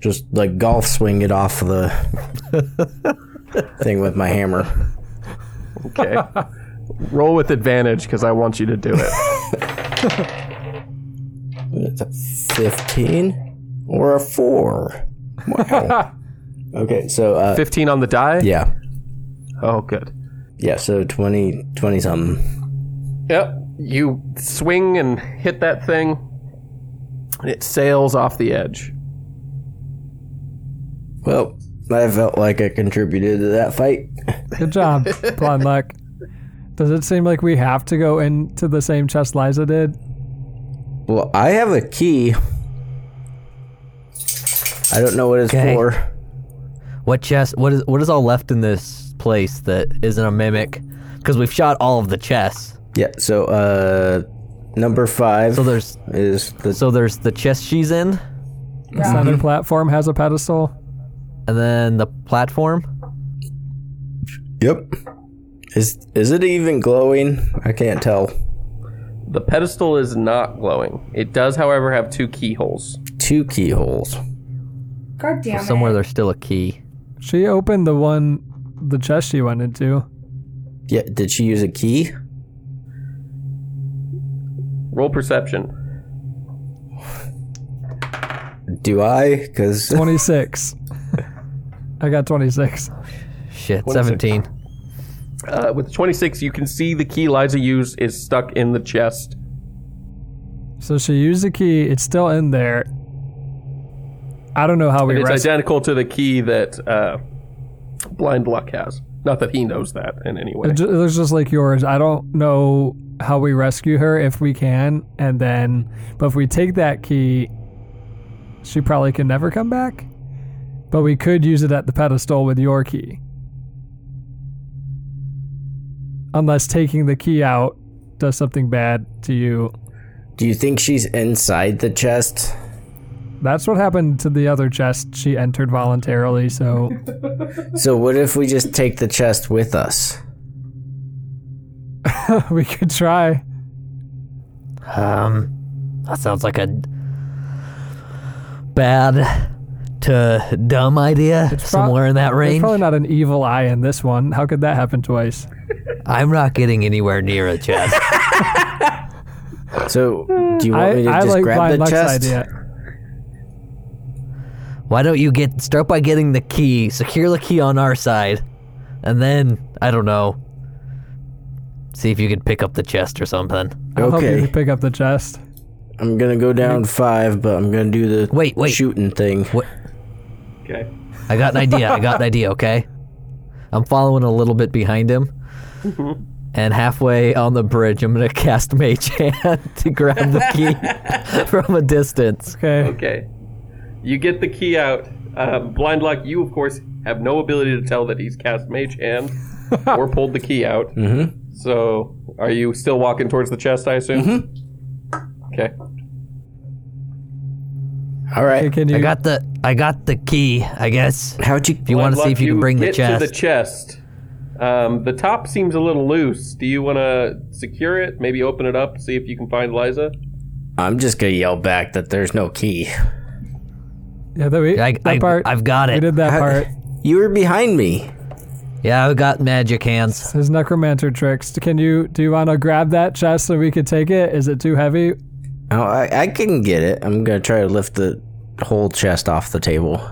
Speaker 3: just like golf swing it off the thing with my hammer.
Speaker 2: Okay. Roll with advantage because I want you to do it.
Speaker 3: It's a 15 or a 4. Wow. okay, so uh,
Speaker 2: 15 on the die?
Speaker 3: yeah.
Speaker 2: Oh, good.
Speaker 3: Yeah, so 20 20 something.
Speaker 2: Yep. You swing and hit that thing, and it sails off the edge.
Speaker 3: Well, I felt like I contributed to that fight.
Speaker 5: Good job, blind luck. Does it seem like we have to go into the same chest Liza did?
Speaker 3: Well, I have a key. I don't know what it's
Speaker 1: Okay.
Speaker 3: for.
Speaker 1: What chest? What is what is all left in this place that isn't a mimic? Because we've shot all of the chests.
Speaker 3: Yeah, so uh number 5
Speaker 1: So there's
Speaker 3: is the
Speaker 1: so there's the chest she's in,
Speaker 5: The center platform has a pedestal.
Speaker 1: and then the platform.
Speaker 3: Yep. Is is it even glowing? I can't tell.
Speaker 2: The pedestal is not glowing. It does, however, have two keyholes.
Speaker 3: Two keyholes.
Speaker 6: God damn it.
Speaker 1: Somewhere there's still a key.
Speaker 5: She opened the one, the chest she went into.
Speaker 3: Yeah, did she use a key?
Speaker 2: Roll perception.
Speaker 3: Do I? Cuz
Speaker 5: 26. I got 26.
Speaker 1: Shit,
Speaker 2: is it?
Speaker 1: seventeen.
Speaker 2: Uh, with 26, you can see the key Liza used is stuck in the chest.
Speaker 5: So she used the key. It's still in there. I don't know how we
Speaker 2: It's
Speaker 5: rest.
Speaker 2: identical to the key that uh, Blind Luck has. Not that he knows that in any way.
Speaker 5: It ju- it looks just like yours. I don't know how we rescue her if we can, and then, but if we take that key, she probably can never come back. But we could use it at the pedestal with your key, unless taking the key out does something bad to you.
Speaker 3: do you think she's inside the chest?
Speaker 5: That's what happened to the other chest she entered voluntarily. So
Speaker 3: So what if we just take the chest with us?
Speaker 5: we could try.
Speaker 1: Um, that sounds like a bad to dumb idea.
Speaker 5: prob-
Speaker 1: somewhere in that
Speaker 5: There's
Speaker 1: range.
Speaker 5: probably not an evil eye in this one. How could that happen twice?
Speaker 1: I'm not getting anywhere near a chest.
Speaker 3: So do you want me
Speaker 5: I,
Speaker 3: to
Speaker 5: I
Speaker 3: just
Speaker 5: like
Speaker 3: grab
Speaker 5: Blind
Speaker 3: the
Speaker 5: Luck's
Speaker 3: chest?
Speaker 5: idea.
Speaker 1: Why don't you get start by getting the key, secure the key on our side, and then I don't know. See if you could pick up the chest or something.
Speaker 5: I'll help you
Speaker 3: Okay.
Speaker 5: to pick up the chest.
Speaker 3: I'm going to go down 5, but I'm going to do the
Speaker 1: Wait, wait.
Speaker 3: shooting thing.
Speaker 1: What?
Speaker 2: Okay.
Speaker 1: I got an idea. I got an idea. Okay, I'm following a little bit behind him, and halfway on the bridge, I'm gonna cast Mage Hand to grab the key from a distance.
Speaker 5: Okay.
Speaker 2: Okay. You get the key out. Uh, blind luck, you, of course, have no ability to tell that he's cast Mage Hand or pulled the key out. Mm-hmm. So, are you still walking towards the chest, I assume?
Speaker 1: Mm-hmm.
Speaker 2: Okay.
Speaker 3: All
Speaker 5: Hey,
Speaker 3: right.
Speaker 5: Can you?
Speaker 1: I got the I got the key. I guess if
Speaker 3: How'd you
Speaker 1: you want
Speaker 2: Blind
Speaker 1: to see
Speaker 2: Luck,
Speaker 1: if you can bring the
Speaker 2: get
Speaker 1: chest.
Speaker 2: to the chest. Um, the top seems a little loose. Do you want to secure it? Maybe open it up, see if you can find Liza?
Speaker 3: I'm just going to yell back that there's no key.
Speaker 5: yeah, that, we,
Speaker 1: I,
Speaker 5: that
Speaker 1: I,
Speaker 5: part.
Speaker 1: I've got
Speaker 5: we
Speaker 1: it.
Speaker 5: did that
Speaker 3: I-
Speaker 5: part.
Speaker 3: You were behind me.
Speaker 1: Yeah, we got magic hands.
Speaker 5: His necromancer tricks. Can you do you want to grab that chest so we could take it? Is it too heavy?
Speaker 3: Oh, I, I can get it. I'm gonna try to lift the whole chest off the table.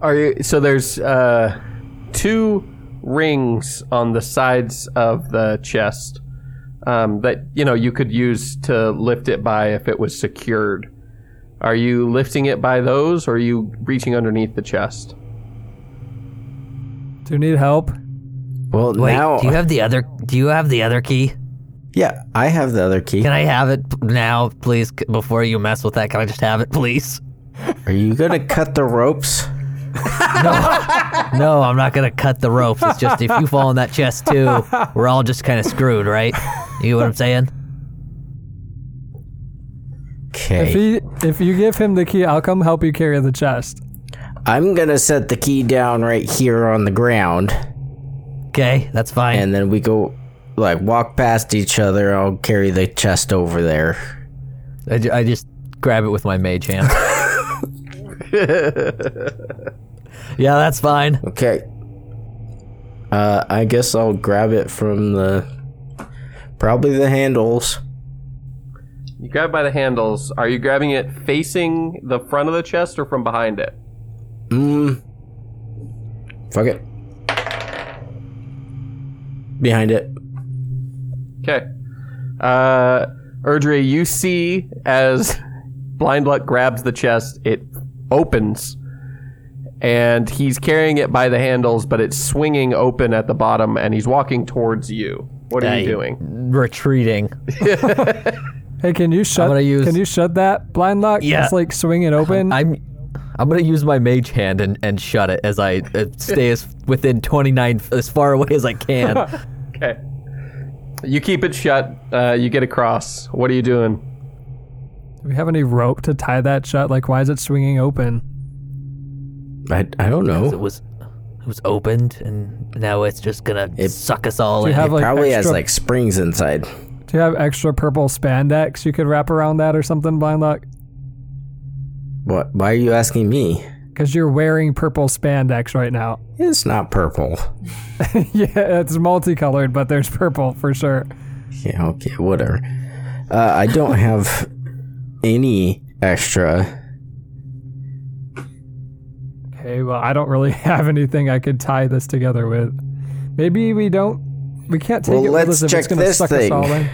Speaker 2: Are you, so there's uh, two rings on the sides of the chest um, that you know you could use to lift it by if it was secured. Are you lifting it by those, or are you reaching underneath the chest?
Speaker 5: Do you need help?
Speaker 3: Well,
Speaker 1: Wait,
Speaker 3: now,
Speaker 1: do you have the other? Do you have the other key?
Speaker 3: yeah, I have the other key.
Speaker 1: Can I have it p- now, please? C- Before you mess with that, can I just have it, please?
Speaker 3: Are you gonna cut the ropes?
Speaker 1: No, I'm not gonna cut the ropes. It's just if you fall in that chest too, we're all just kind of screwed, right? You know what I'm saying?
Speaker 5: If
Speaker 3: Okay.
Speaker 5: he if you give him the key, I'll come help you carry the chest.
Speaker 3: I'm gonna set the key down right here on the ground,
Speaker 1: Okay, that's fine.
Speaker 3: and then we go like walk past each other. I'll carry the chest over there.
Speaker 1: I, ju- I just grab it with my mage hand. yeah, that's fine.
Speaker 3: Okay. Uh, I guess I'll grab it from the probably the handles.
Speaker 2: You grab by the handles. Are you grabbing it facing the front of the chest or from behind it?
Speaker 3: Mm. Fuck it. Behind it.
Speaker 2: Okay. Uh, Erdry, you see as Blind Luck grabs the chest, it opens. And he's carrying it by the handles, but it's swinging open at the bottom, and he's walking towards you. What are
Speaker 1: Hey.
Speaker 2: you doing?
Speaker 1: Retreating.
Speaker 5: Hey, can you shut?
Speaker 1: gonna use-
Speaker 5: can you shut that blind lock?
Speaker 1: Yeah.
Speaker 5: Just like swing it open.
Speaker 1: I'm I'm gonna use my mage hand and, and shut it as I uh, stay as within 29 f- as far away as I can.
Speaker 2: Okay. You keep it shut. Uh, you get across. What are you doing?
Speaker 5: Do we have any rope to tie that shut? Like, why is it swinging open?
Speaker 3: I, I don't
Speaker 1: it
Speaker 3: know.
Speaker 1: was it was opened and now it's just gonna suck us all
Speaker 5: Do
Speaker 1: in.
Speaker 5: you have like
Speaker 3: Probably has
Speaker 5: extra,
Speaker 3: like springs inside.
Speaker 5: Do you have extra purple spandex you could wrap around that or something, blind lock?
Speaker 3: What? Why are you asking me?
Speaker 5: Because you're wearing purple spandex right now.
Speaker 3: It's not purple.
Speaker 5: yeah, it's multicolored, but there's purple for sure.
Speaker 3: Yeah, okay, whatever. Uh, I don't have any extra.
Speaker 5: Okay, well, I don't really have anything I could tie this together with. Maybe we don't. We can't take
Speaker 3: Well,
Speaker 5: it
Speaker 3: let's
Speaker 5: with us if
Speaker 3: check
Speaker 5: it's gonna
Speaker 3: this
Speaker 5: suck
Speaker 3: thing.
Speaker 5: us all in.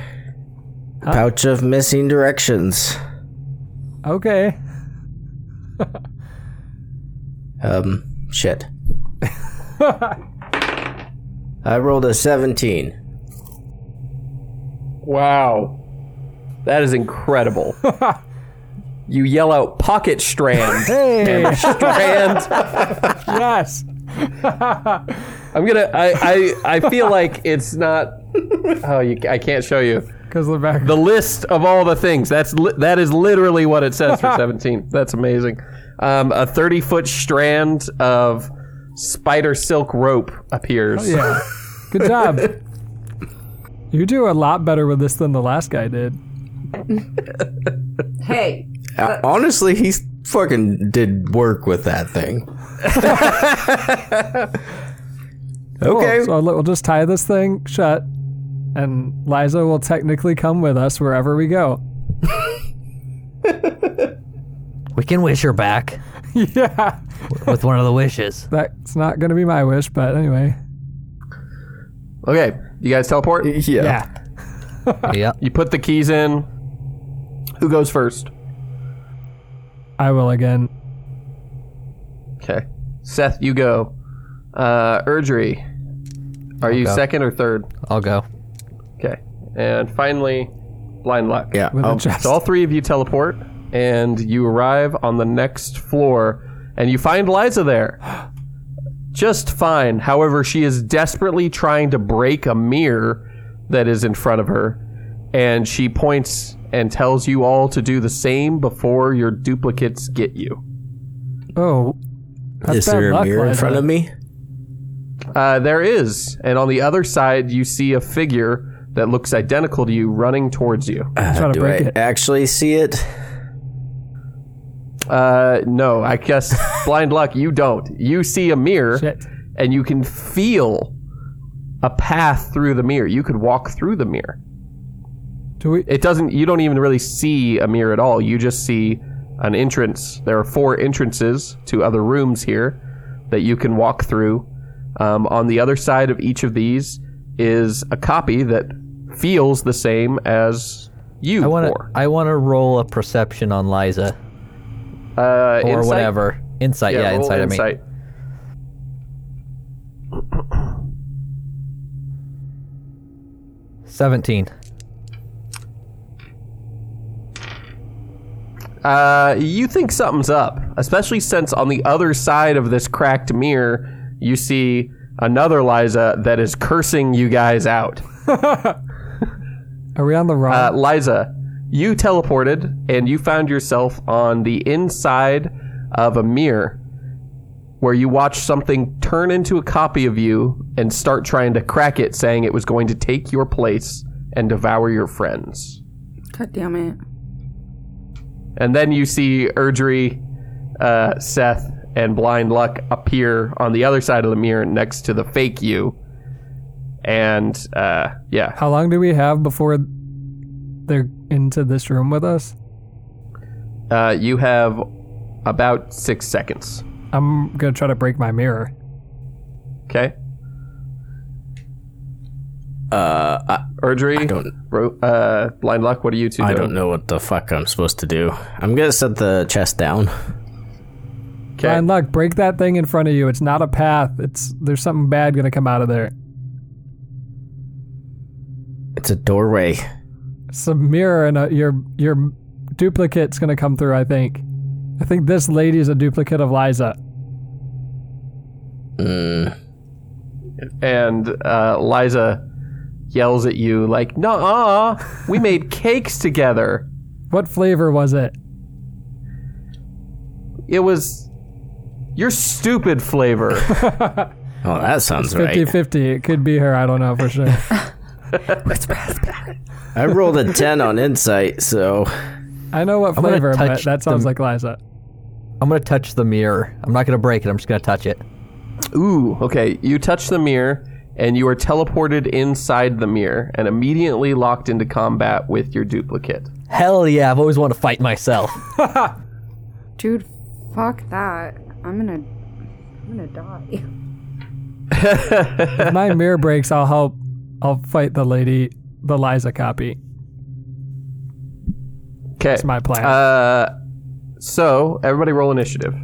Speaker 3: Pouch of missing directions.
Speaker 5: Okay.
Speaker 3: Um, shit. I rolled a 17.
Speaker 2: Wow. That is incredible. you yell out pocket strand.
Speaker 5: Hey,
Speaker 2: strand.
Speaker 5: yes.
Speaker 2: I'm gonna I, I I feel like it's not Oh, you, I can't show you.
Speaker 5: Because the back.
Speaker 2: The list of all the things. That's li- that is literally what it says for 17. That's amazing. Um, a 30-foot strand of spider silk rope appears.
Speaker 5: Oh, yeah. Good job. You do a lot better with this than the last guy did.
Speaker 6: Hey,
Speaker 3: Uh, honestly, he fucking did work with that thing. okay.
Speaker 5: Cool. So li- we'll just tie this thing shut, and Liza will technically come with us wherever we go.
Speaker 1: we can wish her back
Speaker 5: yeah.
Speaker 1: with one of the wishes.
Speaker 5: That's not going to be my wish, but anyway.
Speaker 2: Okay. You guys teleport?
Speaker 3: yeah.
Speaker 5: Yeah.
Speaker 1: yep.
Speaker 2: You put the keys in. Who goes first?
Speaker 5: I will again.
Speaker 2: Okay. Seth, you go. Uh, Erdry, are you
Speaker 1: go.
Speaker 2: second or third?
Speaker 1: I'll go.
Speaker 2: Okay. And finally, Blind Luck.
Speaker 3: Yeah. Oh,
Speaker 5: With
Speaker 3: I'll-
Speaker 5: a chest.
Speaker 2: So all three of you teleport, and you arrive on the next floor, and you find Liza there. Just fine. However, she is desperately trying to break a mirror that is in front of her, and she points and tells you all to do the same before your duplicates get you.
Speaker 5: oh. That's
Speaker 3: Is there
Speaker 5: bad
Speaker 3: a
Speaker 5: luck,
Speaker 3: mirror in
Speaker 5: Liza.
Speaker 3: front of me?
Speaker 2: Uh, there is, and on the other side, you see a figure that looks identical to you running towards you.
Speaker 5: Try to
Speaker 3: Uh, Do
Speaker 5: break
Speaker 3: I
Speaker 5: it.
Speaker 3: actually see it?
Speaker 2: Uh, no, I guess blind luck. You don't. You see a mirror,
Speaker 5: Shit.
Speaker 2: and you can feel a path through the mirror. You could walk through the mirror.
Speaker 5: Do we?
Speaker 2: It doesn't. You don't even really see a mirror at all. You just see an entrance. There are four entrances to other rooms here that you can walk through. Um, on the other side of each of these is a copy that feels the same as you.
Speaker 1: I want to.
Speaker 2: four.
Speaker 1: I want to roll a perception on Liza
Speaker 2: uh,
Speaker 1: or
Speaker 2: insight?
Speaker 1: whatever insight. Yeah,
Speaker 2: roll
Speaker 1: insight. I mean,
Speaker 2: insight.
Speaker 1: seventeen.
Speaker 2: Uh, you think something's up, especially since on the other side of this cracked mirror, you see another Liza that is cursing you guys out.
Speaker 5: Are we on the wrong?
Speaker 2: Uh, Liza, you teleported and you found yourself on the inside of a mirror where you watched something turn into a copy of you and start trying to crack it, saying it was going to take your place and devour your friends.
Speaker 4: God damn it.
Speaker 2: And then you see Erdry, uh, Seth, and Blind Luck appear on the other side of the mirror next to the fake you. And uh, yeah,
Speaker 5: How long do we have before they're into this room with us?
Speaker 2: uh, you have about six seconds.
Speaker 5: I'm gonna try to break my mirror.
Speaker 2: Okay. Uh, Erdry,
Speaker 3: don't-
Speaker 2: Ro- uh, Blind Luck, what are you two
Speaker 3: I
Speaker 2: doing?
Speaker 3: don't know what the fuck I'm supposed to do. I'm gonna set the chest down.
Speaker 2: Okay.
Speaker 5: Ryan Luck, break that thing in front of you. It's not a path. It's there's something bad gonna come out of there.
Speaker 3: It's a doorway.
Speaker 5: It's a mirror and a, your your duplicate's gonna come through. I think. I think this lady's a duplicate of Liza.
Speaker 3: Hmm.
Speaker 2: and uh, Liza yells at you like, "Nah, we made cakes together.
Speaker 5: What flavor was it?
Speaker 2: It was your stupid flavor."
Speaker 3: Oh, that sounds right.
Speaker 5: 50-50. It could be her. I don't know for sure.
Speaker 3: I rolled a ten on insight, so
Speaker 5: I know what
Speaker 1: gonna
Speaker 5: flavor, but
Speaker 1: touch
Speaker 5: that sounds
Speaker 1: the-
Speaker 5: like Liza.
Speaker 1: I'm gonna touch the mirror. I'm not gonna break it. I'm just gonna touch it.
Speaker 2: Ooh, okay. You touch the mirror and you are teleported inside the mirror and immediately locked into combat with your duplicate.
Speaker 1: Hell yeah! I've always wanted to fight myself.
Speaker 4: Dude, fuck that. I'm gonna. I'm gonna die.
Speaker 5: If my mirror breaks, I'll help. I'll fight the lady, the Liza copy.
Speaker 2: Okay.
Speaker 5: That's my plan.
Speaker 2: Uh, so everybody roll initiative.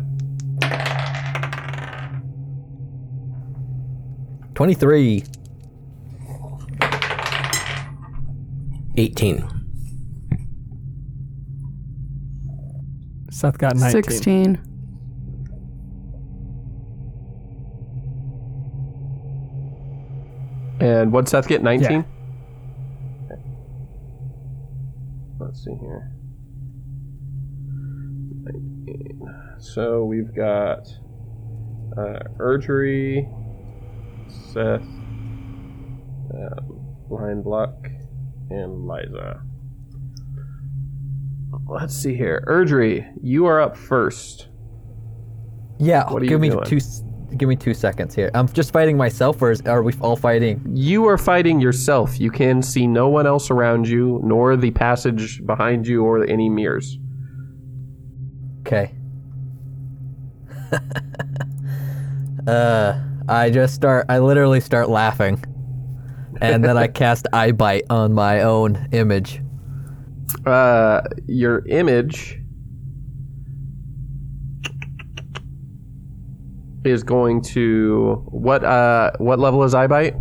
Speaker 1: Twenty-three.
Speaker 3: eighteen.
Speaker 5: Seth got 19.
Speaker 4: 16.
Speaker 2: And what'd Seth get? 19?
Speaker 5: Yeah.
Speaker 2: Okay. Let's see here. 19. So we've got uh, Erdry, Seth, um, Blind Luck, and Liza. Let's see here. Erdry, you are up first.
Speaker 1: Yeah.
Speaker 2: What are
Speaker 1: give
Speaker 2: you
Speaker 1: me
Speaker 2: doing?
Speaker 1: two. s- Give me two seconds here. I'm just fighting myself, or is, are we all fighting?
Speaker 2: You are fighting yourself. You can see no one else around you, nor the passage behind you, or any mirrors.
Speaker 1: Okay. uh, I just start. I literally start laughing, and then I cast eye bite on my own image.
Speaker 2: uh, your image is going to what uh what level is iBite?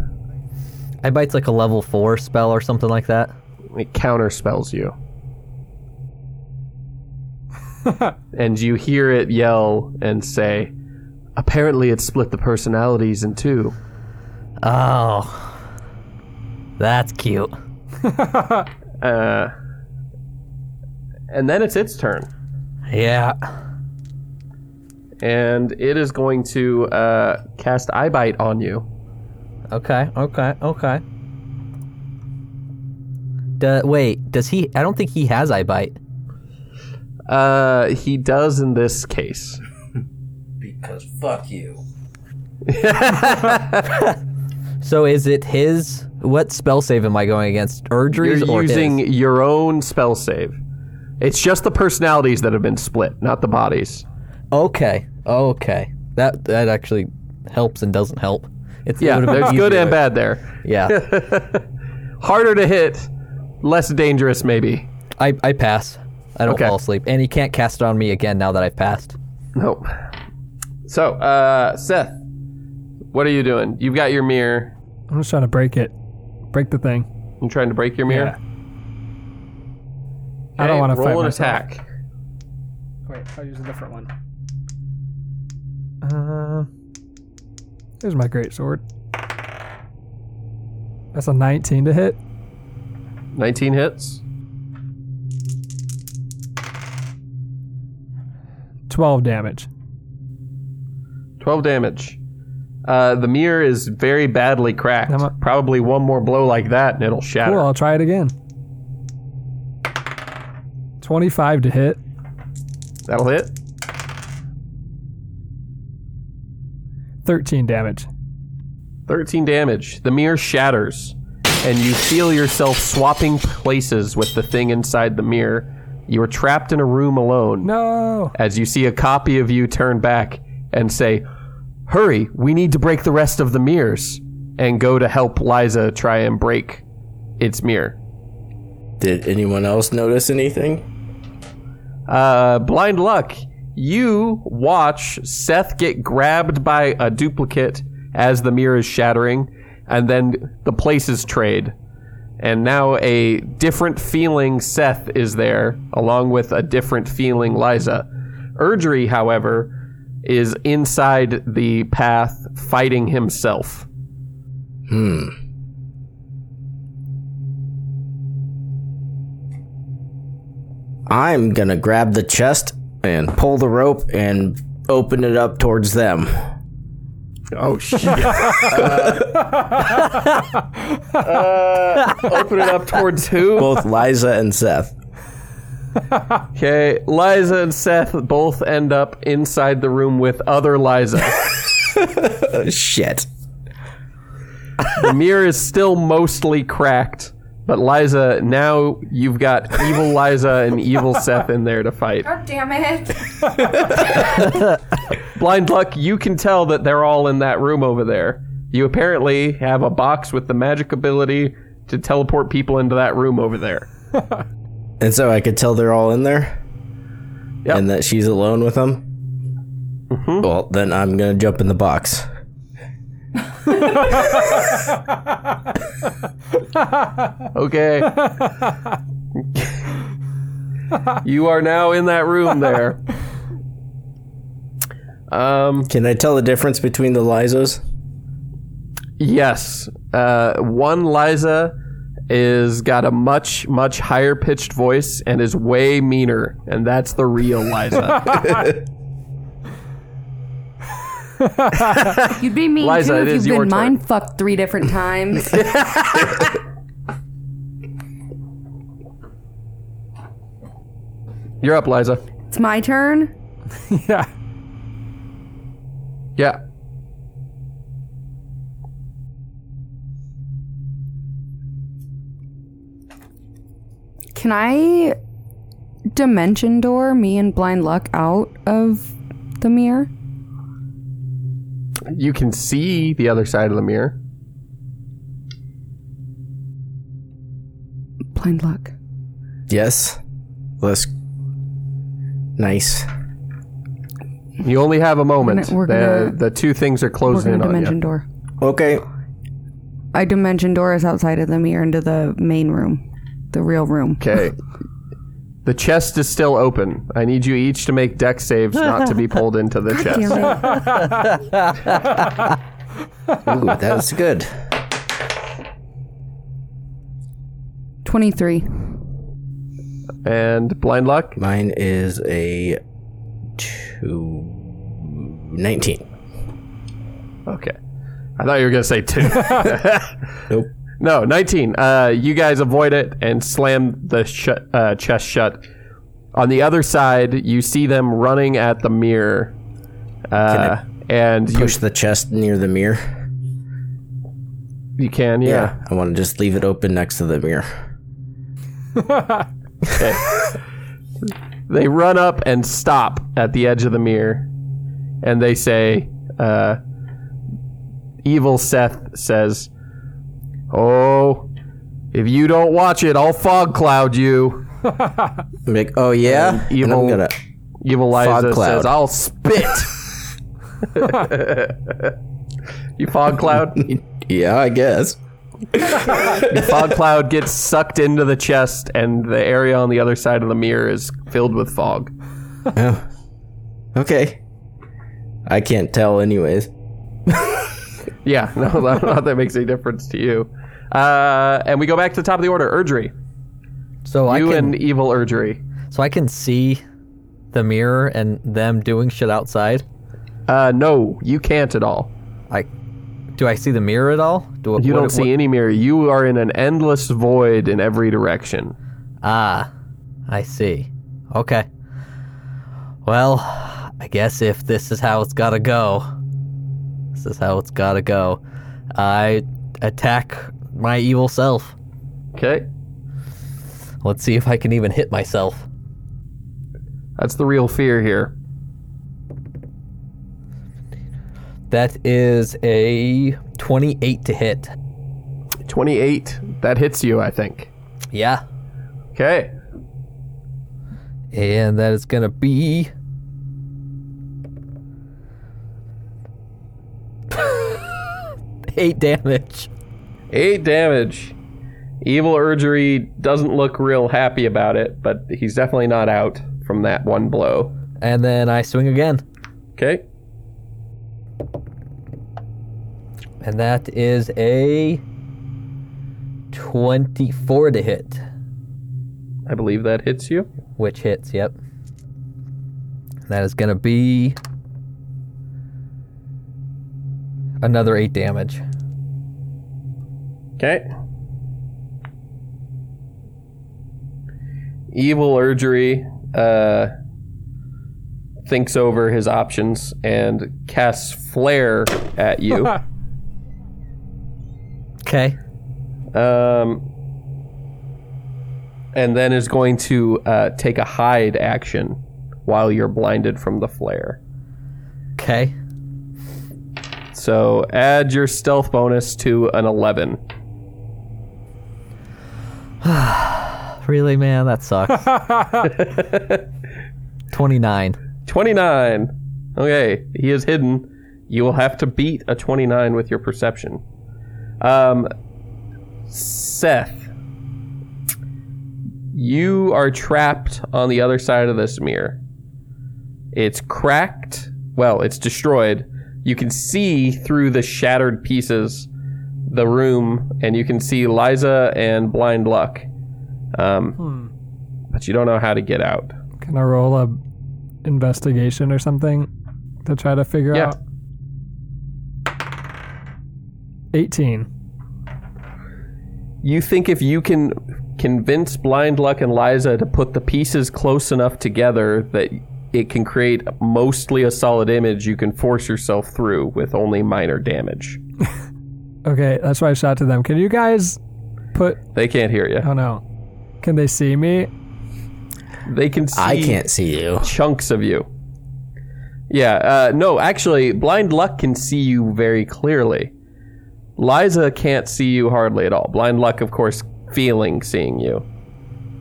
Speaker 1: Eye bite's like a level four spell or something like that.
Speaker 2: It counter spells you. and you hear it yell and say, apparently it split the personalities in two.
Speaker 1: Oh, that's cute.
Speaker 2: Uh, and then it's its turn.
Speaker 1: Yeah.
Speaker 2: And it is going to uh, cast iBite on you.
Speaker 1: Okay. Okay. Okay. Do, wait, does he? I don't think he has eye bite.
Speaker 2: Uh, he does in this case.
Speaker 3: Because fuck you.
Speaker 1: So is it his? What spell save am I going against? Urdry's
Speaker 2: You're
Speaker 1: or
Speaker 2: using
Speaker 1: his?
Speaker 2: your own spell save. It's just the personalities that have been split, not the bodies.
Speaker 1: Okay, okay. That that actually helps and doesn't help. It's, it
Speaker 2: Yeah,
Speaker 1: would've been
Speaker 2: there's good
Speaker 1: easier.
Speaker 2: and bad there.
Speaker 1: Yeah,
Speaker 2: Harder to hit, less dangerous maybe.
Speaker 1: I, I pass. I don't
Speaker 2: Okay.
Speaker 1: fall asleep, and he can't cast it on me again now that I've passed.
Speaker 2: Nope. So, uh, Seth, what are you doing? You've got your mirror.
Speaker 5: I'm just trying to break it. Break the thing.
Speaker 2: I'm trying to break your mirror.
Speaker 5: I don't
Speaker 2: Okay,
Speaker 5: want to
Speaker 2: roll
Speaker 5: fight
Speaker 2: an
Speaker 5: myself.
Speaker 2: attack.
Speaker 5: Wait, I'll use a different one. Uh, here's my great sword. That's a 19 to hit.
Speaker 2: 19 hits.
Speaker 5: 12 damage.
Speaker 2: 12 damage. Uh, the mirror is very badly cracked.
Speaker 5: I'm up.
Speaker 2: Probably one more blow like that and it'll shatter.
Speaker 5: Cool, I'll try it again. 25 to hit.
Speaker 2: That'll hit.
Speaker 5: 13 damage.
Speaker 2: 13 damage. The mirror shatters, and you feel yourself swapping places with the thing inside the mirror. You are trapped in a room alone
Speaker 5: No!
Speaker 2: as you see a copy of you turn back and say, Hurry, we need to break the rest of the mirrors, and go to help Liza try and break its mirror.
Speaker 3: Did anyone else notice anything?
Speaker 2: Uh, blind luck. You watch Seth get grabbed by a duplicate as the mirror is shattering, and then the places trade. And now a different feeling Seth is there, along with a different feeling Liza. Urdry, however, is inside the path fighting himself.
Speaker 3: I'm gonna grab the chest and pull the rope and open it up towards them.
Speaker 2: Oh shit! open it up towards who?
Speaker 3: Both Liza and Seth.
Speaker 2: Okay, Liza and Seth both end up inside the room with other Liza.
Speaker 3: Shit.
Speaker 2: the mirror is still mostly cracked, but Liza, now you've got evil Liza and evil Seth in there to fight.
Speaker 6: God damn it.
Speaker 2: Blind Luck, you can tell that they're all in that room over there. You apparently have a box with the magic ability to teleport people into that room over there.
Speaker 3: And so I could tell they're all in there?
Speaker 2: Yep. Mm-hmm.
Speaker 3: And that she's alone with them? Well, then I'm gonna jump in the box.
Speaker 2: Okay. you are now in that room there. Um,
Speaker 3: Can I tell the difference between the Lizos?
Speaker 2: Yes. Uh, one Liza is got a much much higher pitched voice and is way meaner, and that's the real Liza.
Speaker 4: You'd be mean
Speaker 2: Liza,
Speaker 4: too
Speaker 2: it
Speaker 4: if
Speaker 2: is
Speaker 4: you've
Speaker 2: your
Speaker 4: been
Speaker 2: turn.
Speaker 4: mind fucked three different times.
Speaker 2: You're up, Liza.
Speaker 4: it's my turn.
Speaker 5: yeah.
Speaker 2: Yeah.
Speaker 4: Can I dimension door me and blind luck out of the mirror?
Speaker 2: You can see the other side of the mirror.
Speaker 4: Blind luck.
Speaker 3: Yes. Let's. Nice.
Speaker 2: You only have a moment.
Speaker 4: We're gonna- we're
Speaker 2: the, the two things are
Speaker 4: We're
Speaker 2: closing in
Speaker 4: gonna
Speaker 2: on
Speaker 4: dimension
Speaker 2: you.
Speaker 4: door.
Speaker 3: Okay.
Speaker 4: I dimension door is outside of the mirror into the main room, the real room.
Speaker 2: Okay. The chest is still open. I need you each to make deck saves not to be pulled into the chest.
Speaker 4: Damn it.
Speaker 3: Ooh, that was good.
Speaker 4: Twenty-three.
Speaker 2: And blind luck.
Speaker 3: Mine is a. Two. 19.
Speaker 2: Okay. I thought you were going to say two.
Speaker 3: Nope.
Speaker 2: No, 19. Uh, you guys avoid it and slam the sh- uh, chest shut. On the other side, you see them running at the mirror. Uh, and you,
Speaker 3: Push the chest near the mirror.
Speaker 2: you can, yeah.
Speaker 3: I want to just leave it open next to the mirror.
Speaker 2: They run up and stop at the edge of the mirror, and they say, uh, "Evil Seth says, oh, if you don't watch it, I'll fog cloud you.'"
Speaker 3: I'm like, oh yeah,
Speaker 2: you
Speaker 3: And I'm
Speaker 2: will-
Speaker 3: gonna
Speaker 2: Evil Liza
Speaker 3: Fog cloud.
Speaker 2: says, "I'll spit." you fog cloud.
Speaker 3: yeah, I guess.
Speaker 2: fog cloud gets sucked into the chest, and the area on the other side of the mirror is filled with fog.
Speaker 3: Oh. Okay. I can't tell, anyways.
Speaker 2: Yeah, no, I don't know if that makes any difference to you. Uh, and we go back to the top of the order. Urgery,
Speaker 1: So I
Speaker 2: you
Speaker 1: can
Speaker 2: and evil Urgery.
Speaker 1: so I can see the mirror and them doing shit outside.
Speaker 2: Uh, no, you can't at all.
Speaker 1: I do I see the mirror at all? Do
Speaker 2: You
Speaker 1: what-
Speaker 2: don't
Speaker 1: what-
Speaker 2: see any mirror. You are in an endless void in every direction.
Speaker 1: Ah, I see. Okay. Well, I guess if this is how it's gotta go, this is how it's gotta go. I attack my evil self.
Speaker 2: Okay,
Speaker 1: Let's see if I can even hit myself.
Speaker 2: that's the real fear here.
Speaker 1: That is a 28 to hit.
Speaker 2: Twenty-eight. That hits you, I think.
Speaker 1: Yeah.
Speaker 2: Okay.
Speaker 1: And that is gonna be. Eight damage.
Speaker 2: Eight damage. Evil Urgery doesn't look real happy about it, but he's definitely not out from that one blow.
Speaker 1: And then I swing again.
Speaker 2: Okay.
Speaker 1: And that is a 24 to hit,
Speaker 2: I believe that hits you.
Speaker 1: which hits, yep. That is going to be another 8 damage.
Speaker 2: Okay. Evil Urgery uh, thinks over his options and casts Flare at you.
Speaker 1: Okay.
Speaker 2: um, and then is going to uh, take a hide action while you're blinded from the Flare.
Speaker 1: Okay.
Speaker 2: So add your stealth bonus to an 11.
Speaker 1: Really, man, that sucks. 29.
Speaker 2: 29. Okay, he is hidden. You will have to beat a 29 with your perception. Um, Seth, you are trapped on the other side of this mirror. It's cracked. Well, it's destroyed. You can see through the shattered pieces the room, and you can see Liza and Blind Luck. Um, But you don't know how to get out.
Speaker 5: Can I roll a investigation or something to try to figure
Speaker 2: Yeah.
Speaker 5: out? 18.
Speaker 2: you think if you can convince blind luck and liza to put the pieces close enough together that it can create mostly a solid image you can force yourself through with only minor damage
Speaker 5: Okay, that's why I shot to them. Can you guys put.
Speaker 2: they can't hear you
Speaker 5: Oh no. Can they see me?
Speaker 2: they can see
Speaker 3: I can't see you.
Speaker 2: chunks of you yeah uh, no actually blind luck can see you very clearly liza can't see you hardly at all blind luck of course feeling seeing you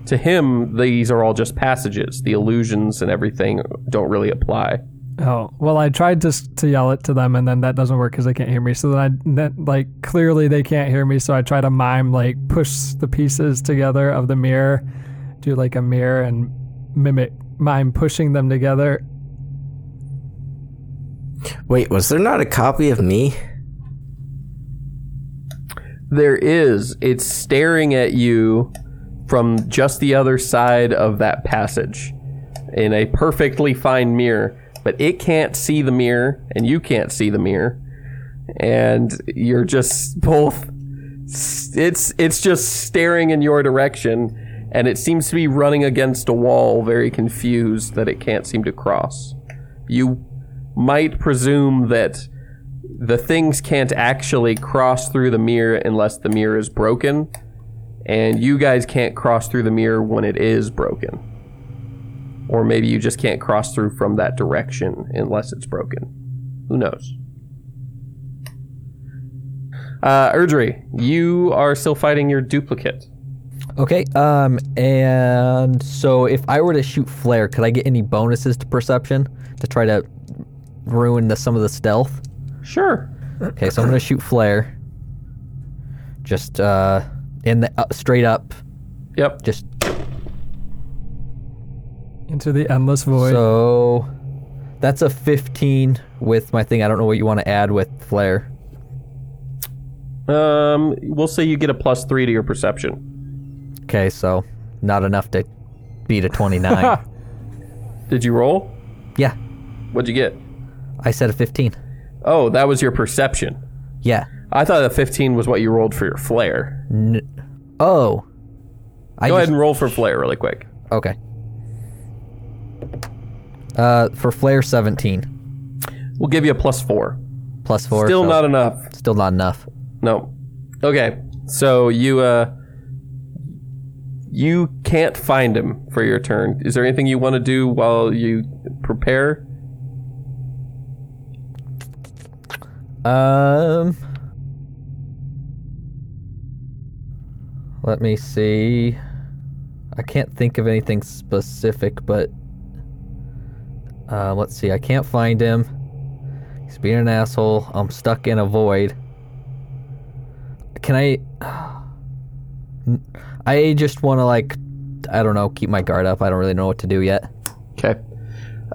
Speaker 2: to him these are all just passages the illusions and everything don't really apply
Speaker 5: Oh, well, I tried to, s- to yell it to them and then that doesn't work because they can't hear me. So then I, then, like, clearly they can't hear me. So I try to mime, like, push the pieces together of the mirror, do like a mirror and mimic mime pushing them together.
Speaker 3: Wait, was there not a copy of me?
Speaker 2: There is. It's staring at you from just the other side of that passage in a perfectly fine mirror, but it can't see the mirror and you can't see the mirror. And you're just both it's it's just staring in your direction and it seems to be running against a wall very confused that it can't seem to cross. You might presume that the things can't actually cross through the mirror unless the mirror is broken, and you guys can't cross through the mirror when it is broken. Or maybe you just can't cross through from that direction unless it's broken. Who knows? Uh, Erdry, you are still fighting your duplicate.
Speaker 1: Okay. Um. And so, if I were to shoot flare, could I get any bonuses to perception to try to ruin the, some of the stealth?
Speaker 2: Sure.
Speaker 1: Okay. So I'm gonna shoot flare. Just uh, in the up, straight up.
Speaker 2: Yep.
Speaker 1: Just
Speaker 5: into the endless void.
Speaker 1: so. That's a 15 with my thing. I don't know what you want to add with flare.
Speaker 2: Um, we'll say you get a plus three to your perception.
Speaker 1: Okay. So not enough to beat a 29.
Speaker 2: Did you roll?
Speaker 1: yeah.
Speaker 2: What'd you get?
Speaker 1: I said a 15.
Speaker 2: Oh, that was your perception.
Speaker 1: Yeah.
Speaker 2: I thought a 15 was what you rolled for your flare.
Speaker 1: N- oh. I
Speaker 2: Go
Speaker 1: just,
Speaker 2: ahead and roll for flare really quick.
Speaker 1: Okay. Uh, for flare, seventeen
Speaker 2: We'll give you a plus four.
Speaker 1: plus four.
Speaker 2: Still
Speaker 1: so
Speaker 2: not enough.
Speaker 1: Still not enough.
Speaker 2: No. Okay. So you uh you can't find him for your turn. Is there anything you want to do while you prepare?
Speaker 1: Um. Let me see. I can't think of anything specific, but uh, let's see. I can't find him. He's being an asshole. I'm stuck in a void. Can I? I just want to like, I don't know, keep my guard up. I don't really know what to do yet.
Speaker 2: Okay.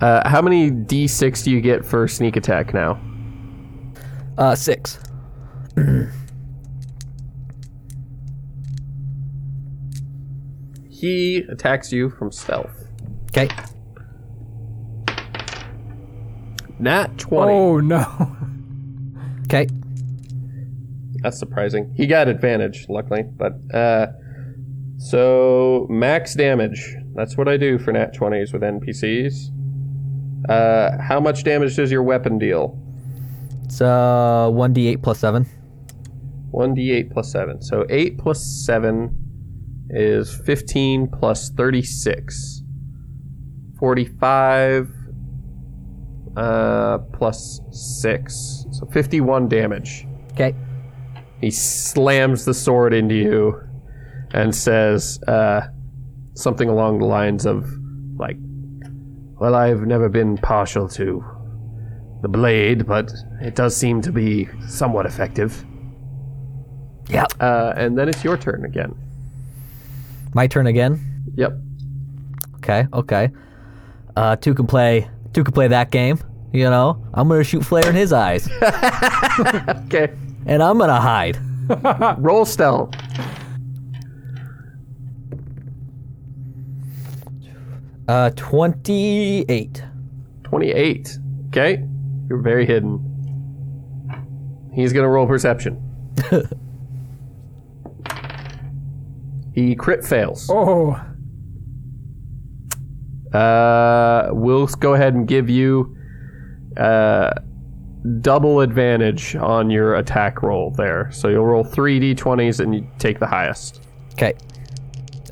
Speaker 2: Uh, how many d6 do you get for sneak attack now?
Speaker 1: Uh, six.
Speaker 2: He attacks you from stealth.
Speaker 1: Okay.
Speaker 2: Nat 20.
Speaker 5: oh no.
Speaker 1: Okay.
Speaker 2: That's surprising. He got advantage, luckily. But uh, so max damage. That's what I do for nat twenties with NPCs. Uh, how much damage does your weapon deal?
Speaker 1: It's uh one d eight plus seven.
Speaker 2: One d8 plus seven. So eight plus seven is fifteen plus thirty-six. Forty-five uh, plus six. So fifty-one damage.
Speaker 1: Okay.
Speaker 2: He slams the sword into you and says uh, something along the lines of, like, Well, I've never been partial to the blade, but it does seem to be somewhat effective.
Speaker 1: Yeah.
Speaker 2: Uh, and then it's your turn again.
Speaker 1: My turn again.
Speaker 2: Yep.
Speaker 1: Okay. Okay. Uh, two can play. Two can play that game. You know, I'm gonna shoot flare in his eyes,
Speaker 2: Okay.
Speaker 1: and I'm gonna hide.
Speaker 2: Roll stealth.
Speaker 1: Uh, twenty eight.
Speaker 2: 28. Okay. You're very hidden. He's going to roll perception. he crit fails.
Speaker 5: Oh.
Speaker 2: Uh, we'll go ahead and give you uh, double advantage on your attack roll there. So you'll roll three d20s and you take the highest.
Speaker 1: Okay.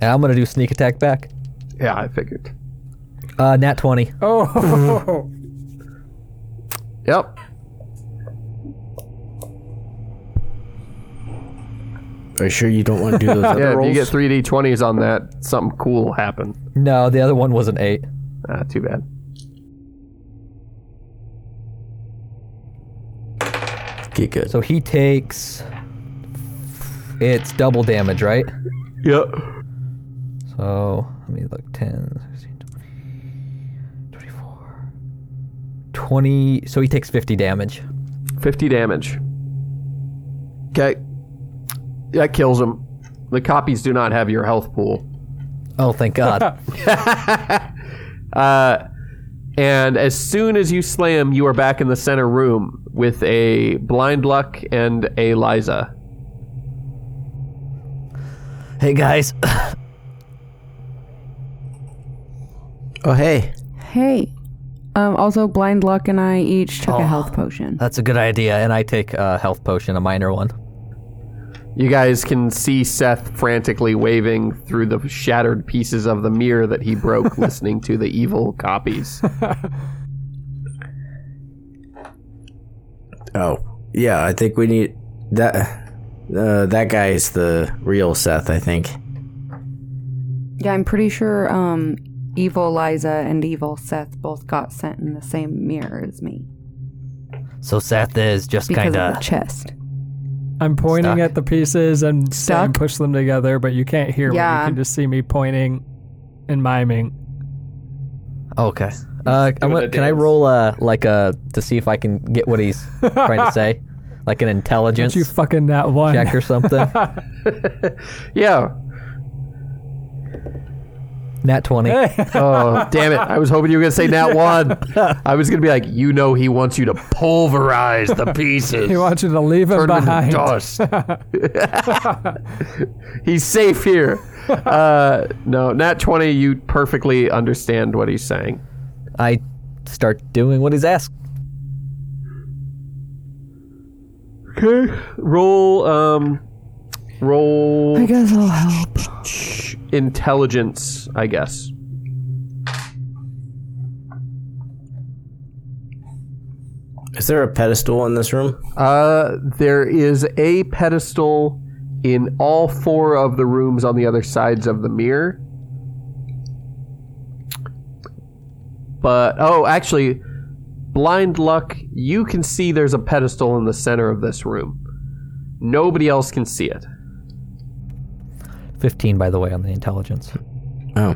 Speaker 1: And I'm gonna do sneak attack back.
Speaker 2: Yeah, I figured.
Speaker 1: Uh, nat twenty.
Speaker 5: Oh.
Speaker 2: Yep.
Speaker 3: Are you sure you don't want to do those other
Speaker 2: Yeah, if you
Speaker 3: rolls?
Speaker 2: get three d20s on that, something cool will happen.
Speaker 1: No, the other one was an eight.
Speaker 2: Ah, too bad.
Speaker 3: Get good.
Speaker 1: So he takes. It's double damage, right?
Speaker 2: Yep.
Speaker 1: So let me look 10, 16, 20, 24, 20. So he takes 50 damage.
Speaker 2: 50 damage. Okay. That kills him. The copies do not have your health pool.
Speaker 1: Oh, thank God.
Speaker 2: And as soon as you slay him, you are back in the center room with a blind luck and a Liza.
Speaker 1: hey, guys.
Speaker 3: oh hey,
Speaker 4: Hey, Um, also, Blind Luck and I each took
Speaker 1: Oh.
Speaker 4: a health potion.
Speaker 1: That's a good idea, and I take a health potion, a minor one.
Speaker 2: You guys can see Seth frantically waving through the shattered pieces of the mirror that he broke, listening to the evil copies.
Speaker 3: Oh, yeah, I think we need that. Uh, that guy is the real Seth, I think.
Speaker 4: Yeah, I'm pretty sure um, evil Liza and evil Seth both got sent in the same mirror as me
Speaker 1: So Seth is just
Speaker 4: because
Speaker 1: kind
Speaker 4: of
Speaker 1: of
Speaker 4: the chest.
Speaker 5: I'm pointing
Speaker 1: Stuck.
Speaker 5: at the pieces and
Speaker 4: Stuck?
Speaker 5: saying push them together, but you can't hear me.
Speaker 4: Yeah.
Speaker 5: You can just see me pointing and miming.
Speaker 1: okay. Uh, I'm gonna- can I roll uh, like a to see if I can get what he's trying to say, like an
Speaker 5: Don't
Speaker 1: intelligence
Speaker 5: you fucking that one.
Speaker 1: check or something?
Speaker 2: yeah.
Speaker 1: Nat twenty.
Speaker 2: Oh, damn it. I was hoping you were going to say Nat 1. I was going to be like, you know, he wants you to pulverize the pieces.
Speaker 5: he wants you to leave
Speaker 2: Turn
Speaker 5: him
Speaker 2: them into
Speaker 5: behind.
Speaker 2: dust. he's safe here. Uh, no, Nat 20, you perfectly understand what he's saying.
Speaker 1: I start doing what he's asked.
Speaker 2: Okay. Roll, um, roll.
Speaker 4: I guess I'll help.
Speaker 2: intelligence, I guess.
Speaker 3: Is there a pedestal in this room?
Speaker 2: Uh, there is a pedestal in all four of the rooms on the other sides of the mirror. But oh, actually, blind luck, you can see there's a pedestal in the center of this room. Nobody else can see it.
Speaker 1: Fifteen, by the way, on the intelligence.
Speaker 3: Oh,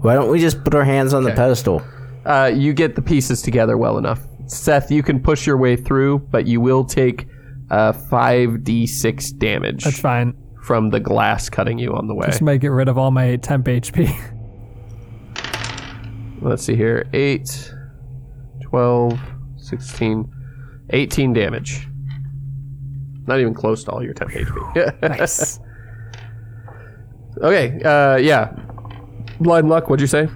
Speaker 3: why don't we just put our hands on the pedestal?
Speaker 2: Uh, you get the pieces together well enough. Seth, you can push your way through, but you will take uh, 5d6 damage.
Speaker 5: That's fine.
Speaker 2: from the glass cutting you on the way.
Speaker 5: Just might get rid of all my temp HP.
Speaker 2: Let's see here. 8, 12, 16, 18 damage. Not even close to all your temp HP. nice. Okay, uh, yeah. Blind luck, what'd you say?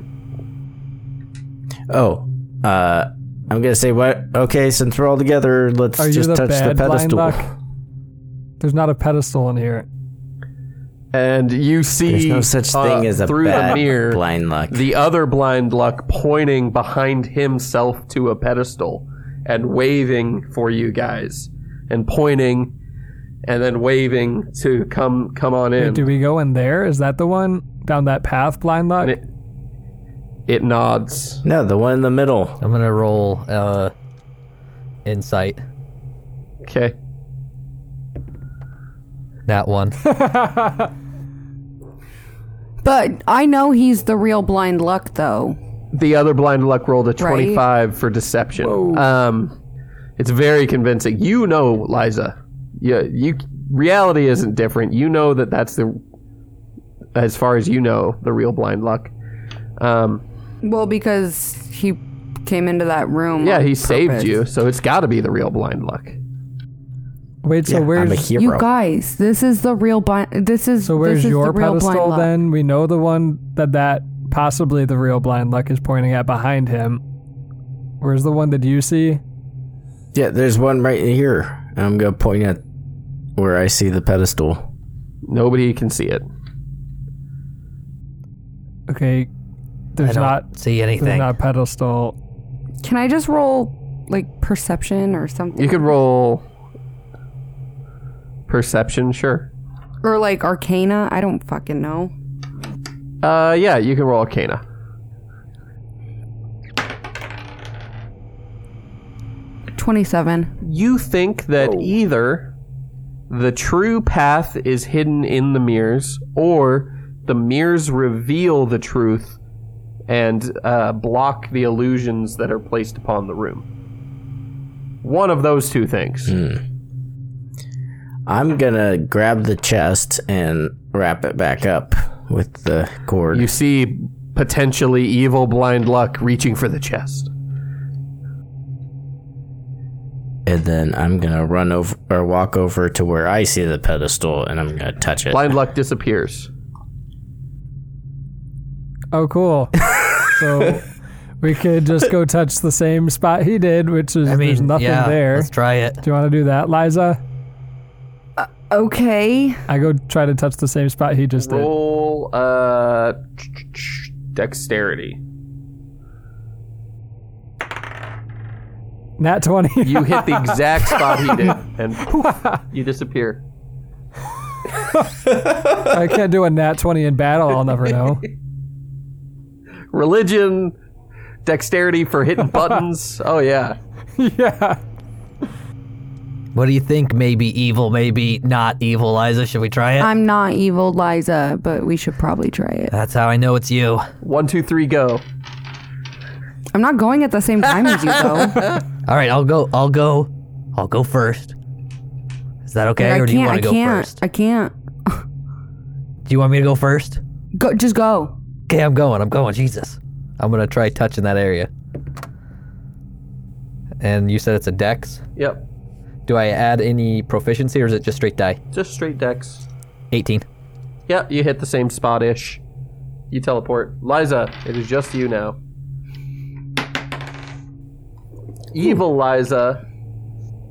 Speaker 3: Oh, uh, I'm gonna say what? Okay, since we're all together, let's
Speaker 5: Are you
Speaker 3: just
Speaker 5: the
Speaker 3: touch the
Speaker 5: bad blind
Speaker 3: pedestal.
Speaker 5: luck? There's not a pedestal in here.
Speaker 2: And you see
Speaker 3: There's no such
Speaker 2: uh,
Speaker 3: thing as a
Speaker 2: through
Speaker 3: bad
Speaker 2: the mirror
Speaker 3: blind luck.
Speaker 2: the other blind luck pointing behind himself to a pedestal and waving for you guys and pointing and then waving to come come on in.
Speaker 5: Do we go in there? Is that the one down that path, blind luck?
Speaker 2: it- It nods.
Speaker 3: no, the one in the middle.
Speaker 1: I'm gonna roll uh, insight.
Speaker 2: Okay.
Speaker 1: Nat one.
Speaker 4: But I know he's the real blind luck, though.
Speaker 2: The other blind luck rolled a
Speaker 4: Right.
Speaker 2: 25 for deception. Um it's very convincing. You know, Liza. Yeah, you reality isn't different. You know that that's the as far as you know, the real blind luck. Um
Speaker 4: Well, because he came into that room.
Speaker 2: Yeah,
Speaker 4: on
Speaker 2: he saved
Speaker 4: purpose.
Speaker 2: you, so it's got to be the real blind luck.
Speaker 5: Wait, so
Speaker 3: I'm a
Speaker 5: where's
Speaker 3: hero.
Speaker 4: You guys, this is the real blind. This is
Speaker 5: so
Speaker 4: this
Speaker 5: where's
Speaker 4: is the
Speaker 5: your
Speaker 4: real blind
Speaker 5: pedestal
Speaker 4: luck.
Speaker 5: then? We know the one that that possibly the real blind luck is pointing at behind him. Where's the one that you see?
Speaker 3: yeah, there's one right in here. I'm gonna point at where I see the pedestal.
Speaker 2: Nobody can see it.
Speaker 5: Okay,
Speaker 1: I
Speaker 5: there's
Speaker 1: don't
Speaker 5: not
Speaker 1: see
Speaker 5: there's
Speaker 1: anything.
Speaker 5: not a pedestal.
Speaker 4: Can I just roll like perception or something,
Speaker 2: You could roll perception, sure.
Speaker 4: or like Arcana? I don't fucking know.
Speaker 2: Uh, yeah, you can roll Arcana.
Speaker 4: Twenty-seven.
Speaker 2: You think that either the true path is hidden in the mirrors, or the mirrors reveal the truth and uh, block the illusions that are placed upon the room. One of those two things.
Speaker 3: I'm gonna grab the chest and wrap it back up with the cord.
Speaker 2: You see potentially evil blind luck reaching for the chest.
Speaker 3: and then I'm gonna run over or walk over to where I see the pedestal, and I'm gonna touch it.
Speaker 2: Blind luck disappears.
Speaker 5: Oh, cool. so We could just go touch the same spot he did, which is
Speaker 1: I
Speaker 5: there's
Speaker 1: mean,
Speaker 5: nothing
Speaker 1: yeah,
Speaker 5: there.
Speaker 1: let's try it.
Speaker 5: Do you want to do that, Liza?
Speaker 4: Okay.
Speaker 5: I go try to touch the same spot he just did.
Speaker 2: Roll uh, dexterity.
Speaker 5: Nat 20.
Speaker 2: You hit the exact spot he did, and poof, you disappear.
Speaker 5: I can't do a nat 20 in battle. I'll never know.
Speaker 2: Religion, dexterity for hitting buttons. Oh yeah.
Speaker 5: yeah.
Speaker 1: What do you think? Maybe evil, maybe not evil, Liza. Should we try it?
Speaker 4: I'm not evil, Liza, but we should probably try it.
Speaker 1: That's how I know it's you.
Speaker 2: One, two, three, go.
Speaker 4: I'm not going at the same time as you, though.
Speaker 1: All right, I'll go. I'll go. I'll go first. Is that okay,
Speaker 4: I
Speaker 1: or do you want to
Speaker 4: can't.
Speaker 1: go
Speaker 4: I can't.
Speaker 1: first?
Speaker 4: I can't.
Speaker 1: Do you want me to go first?
Speaker 4: Go. Just go.
Speaker 1: Okay, I'm going. I'm going. Jesus, I'm gonna try touching that area. And you said it's a dex.
Speaker 2: Yep.
Speaker 1: Do I add any proficiency, or is it just straight die?
Speaker 2: Just straight dex.
Speaker 1: 18.
Speaker 2: Yep. You hit the same spot ish. You teleport. Liza, it is just you now. Evil Liza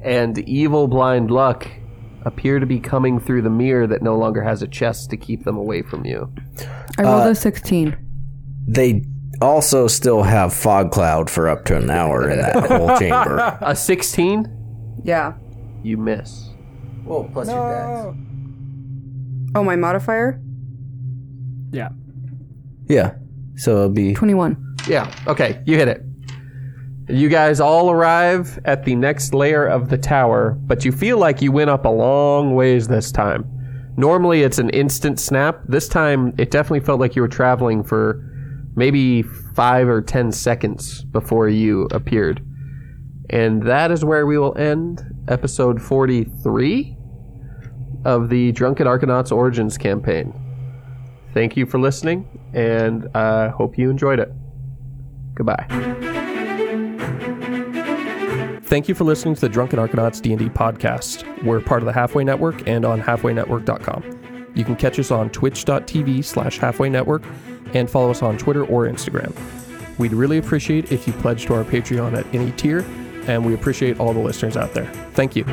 Speaker 2: and evil blind luck appear to be coming through the mirror that no longer has a chest to keep them away from you.
Speaker 4: I rolled
Speaker 1: Uh,
Speaker 4: a 16.
Speaker 3: They also still have fog cloud for up to an hour in that whole chamber.
Speaker 2: A 16?
Speaker 4: Yeah.
Speaker 2: You miss.
Speaker 3: Well, plus your dex.
Speaker 4: Oh, my modifier?
Speaker 5: Yeah.
Speaker 3: Yeah. So it'll be
Speaker 4: 21.
Speaker 2: Yeah. Okay. You hit it. You guys all arrive at the next layer of the tower, but you feel like you went up a long ways this time. Normally, it's an instant snap. This time, it definitely felt like you were traveling for maybe five or ten seconds before you appeared. And that is where we will end episode 43 of the Drunken Arcanauts Origins campaign. Thank you for listening, and I hope you enjoyed it. Goodbye. Thank you for listening to the Drunken Arcanauts D&D podcast. We're part of the Halfway Network and on halfwaynetwork.com. You can catch us on twitch.tv slash halfway network and follow us on Twitter or Instagram. We'd really appreciate if you pledge to our Patreon at any tier, and we appreciate all the listeners out there. Thank you.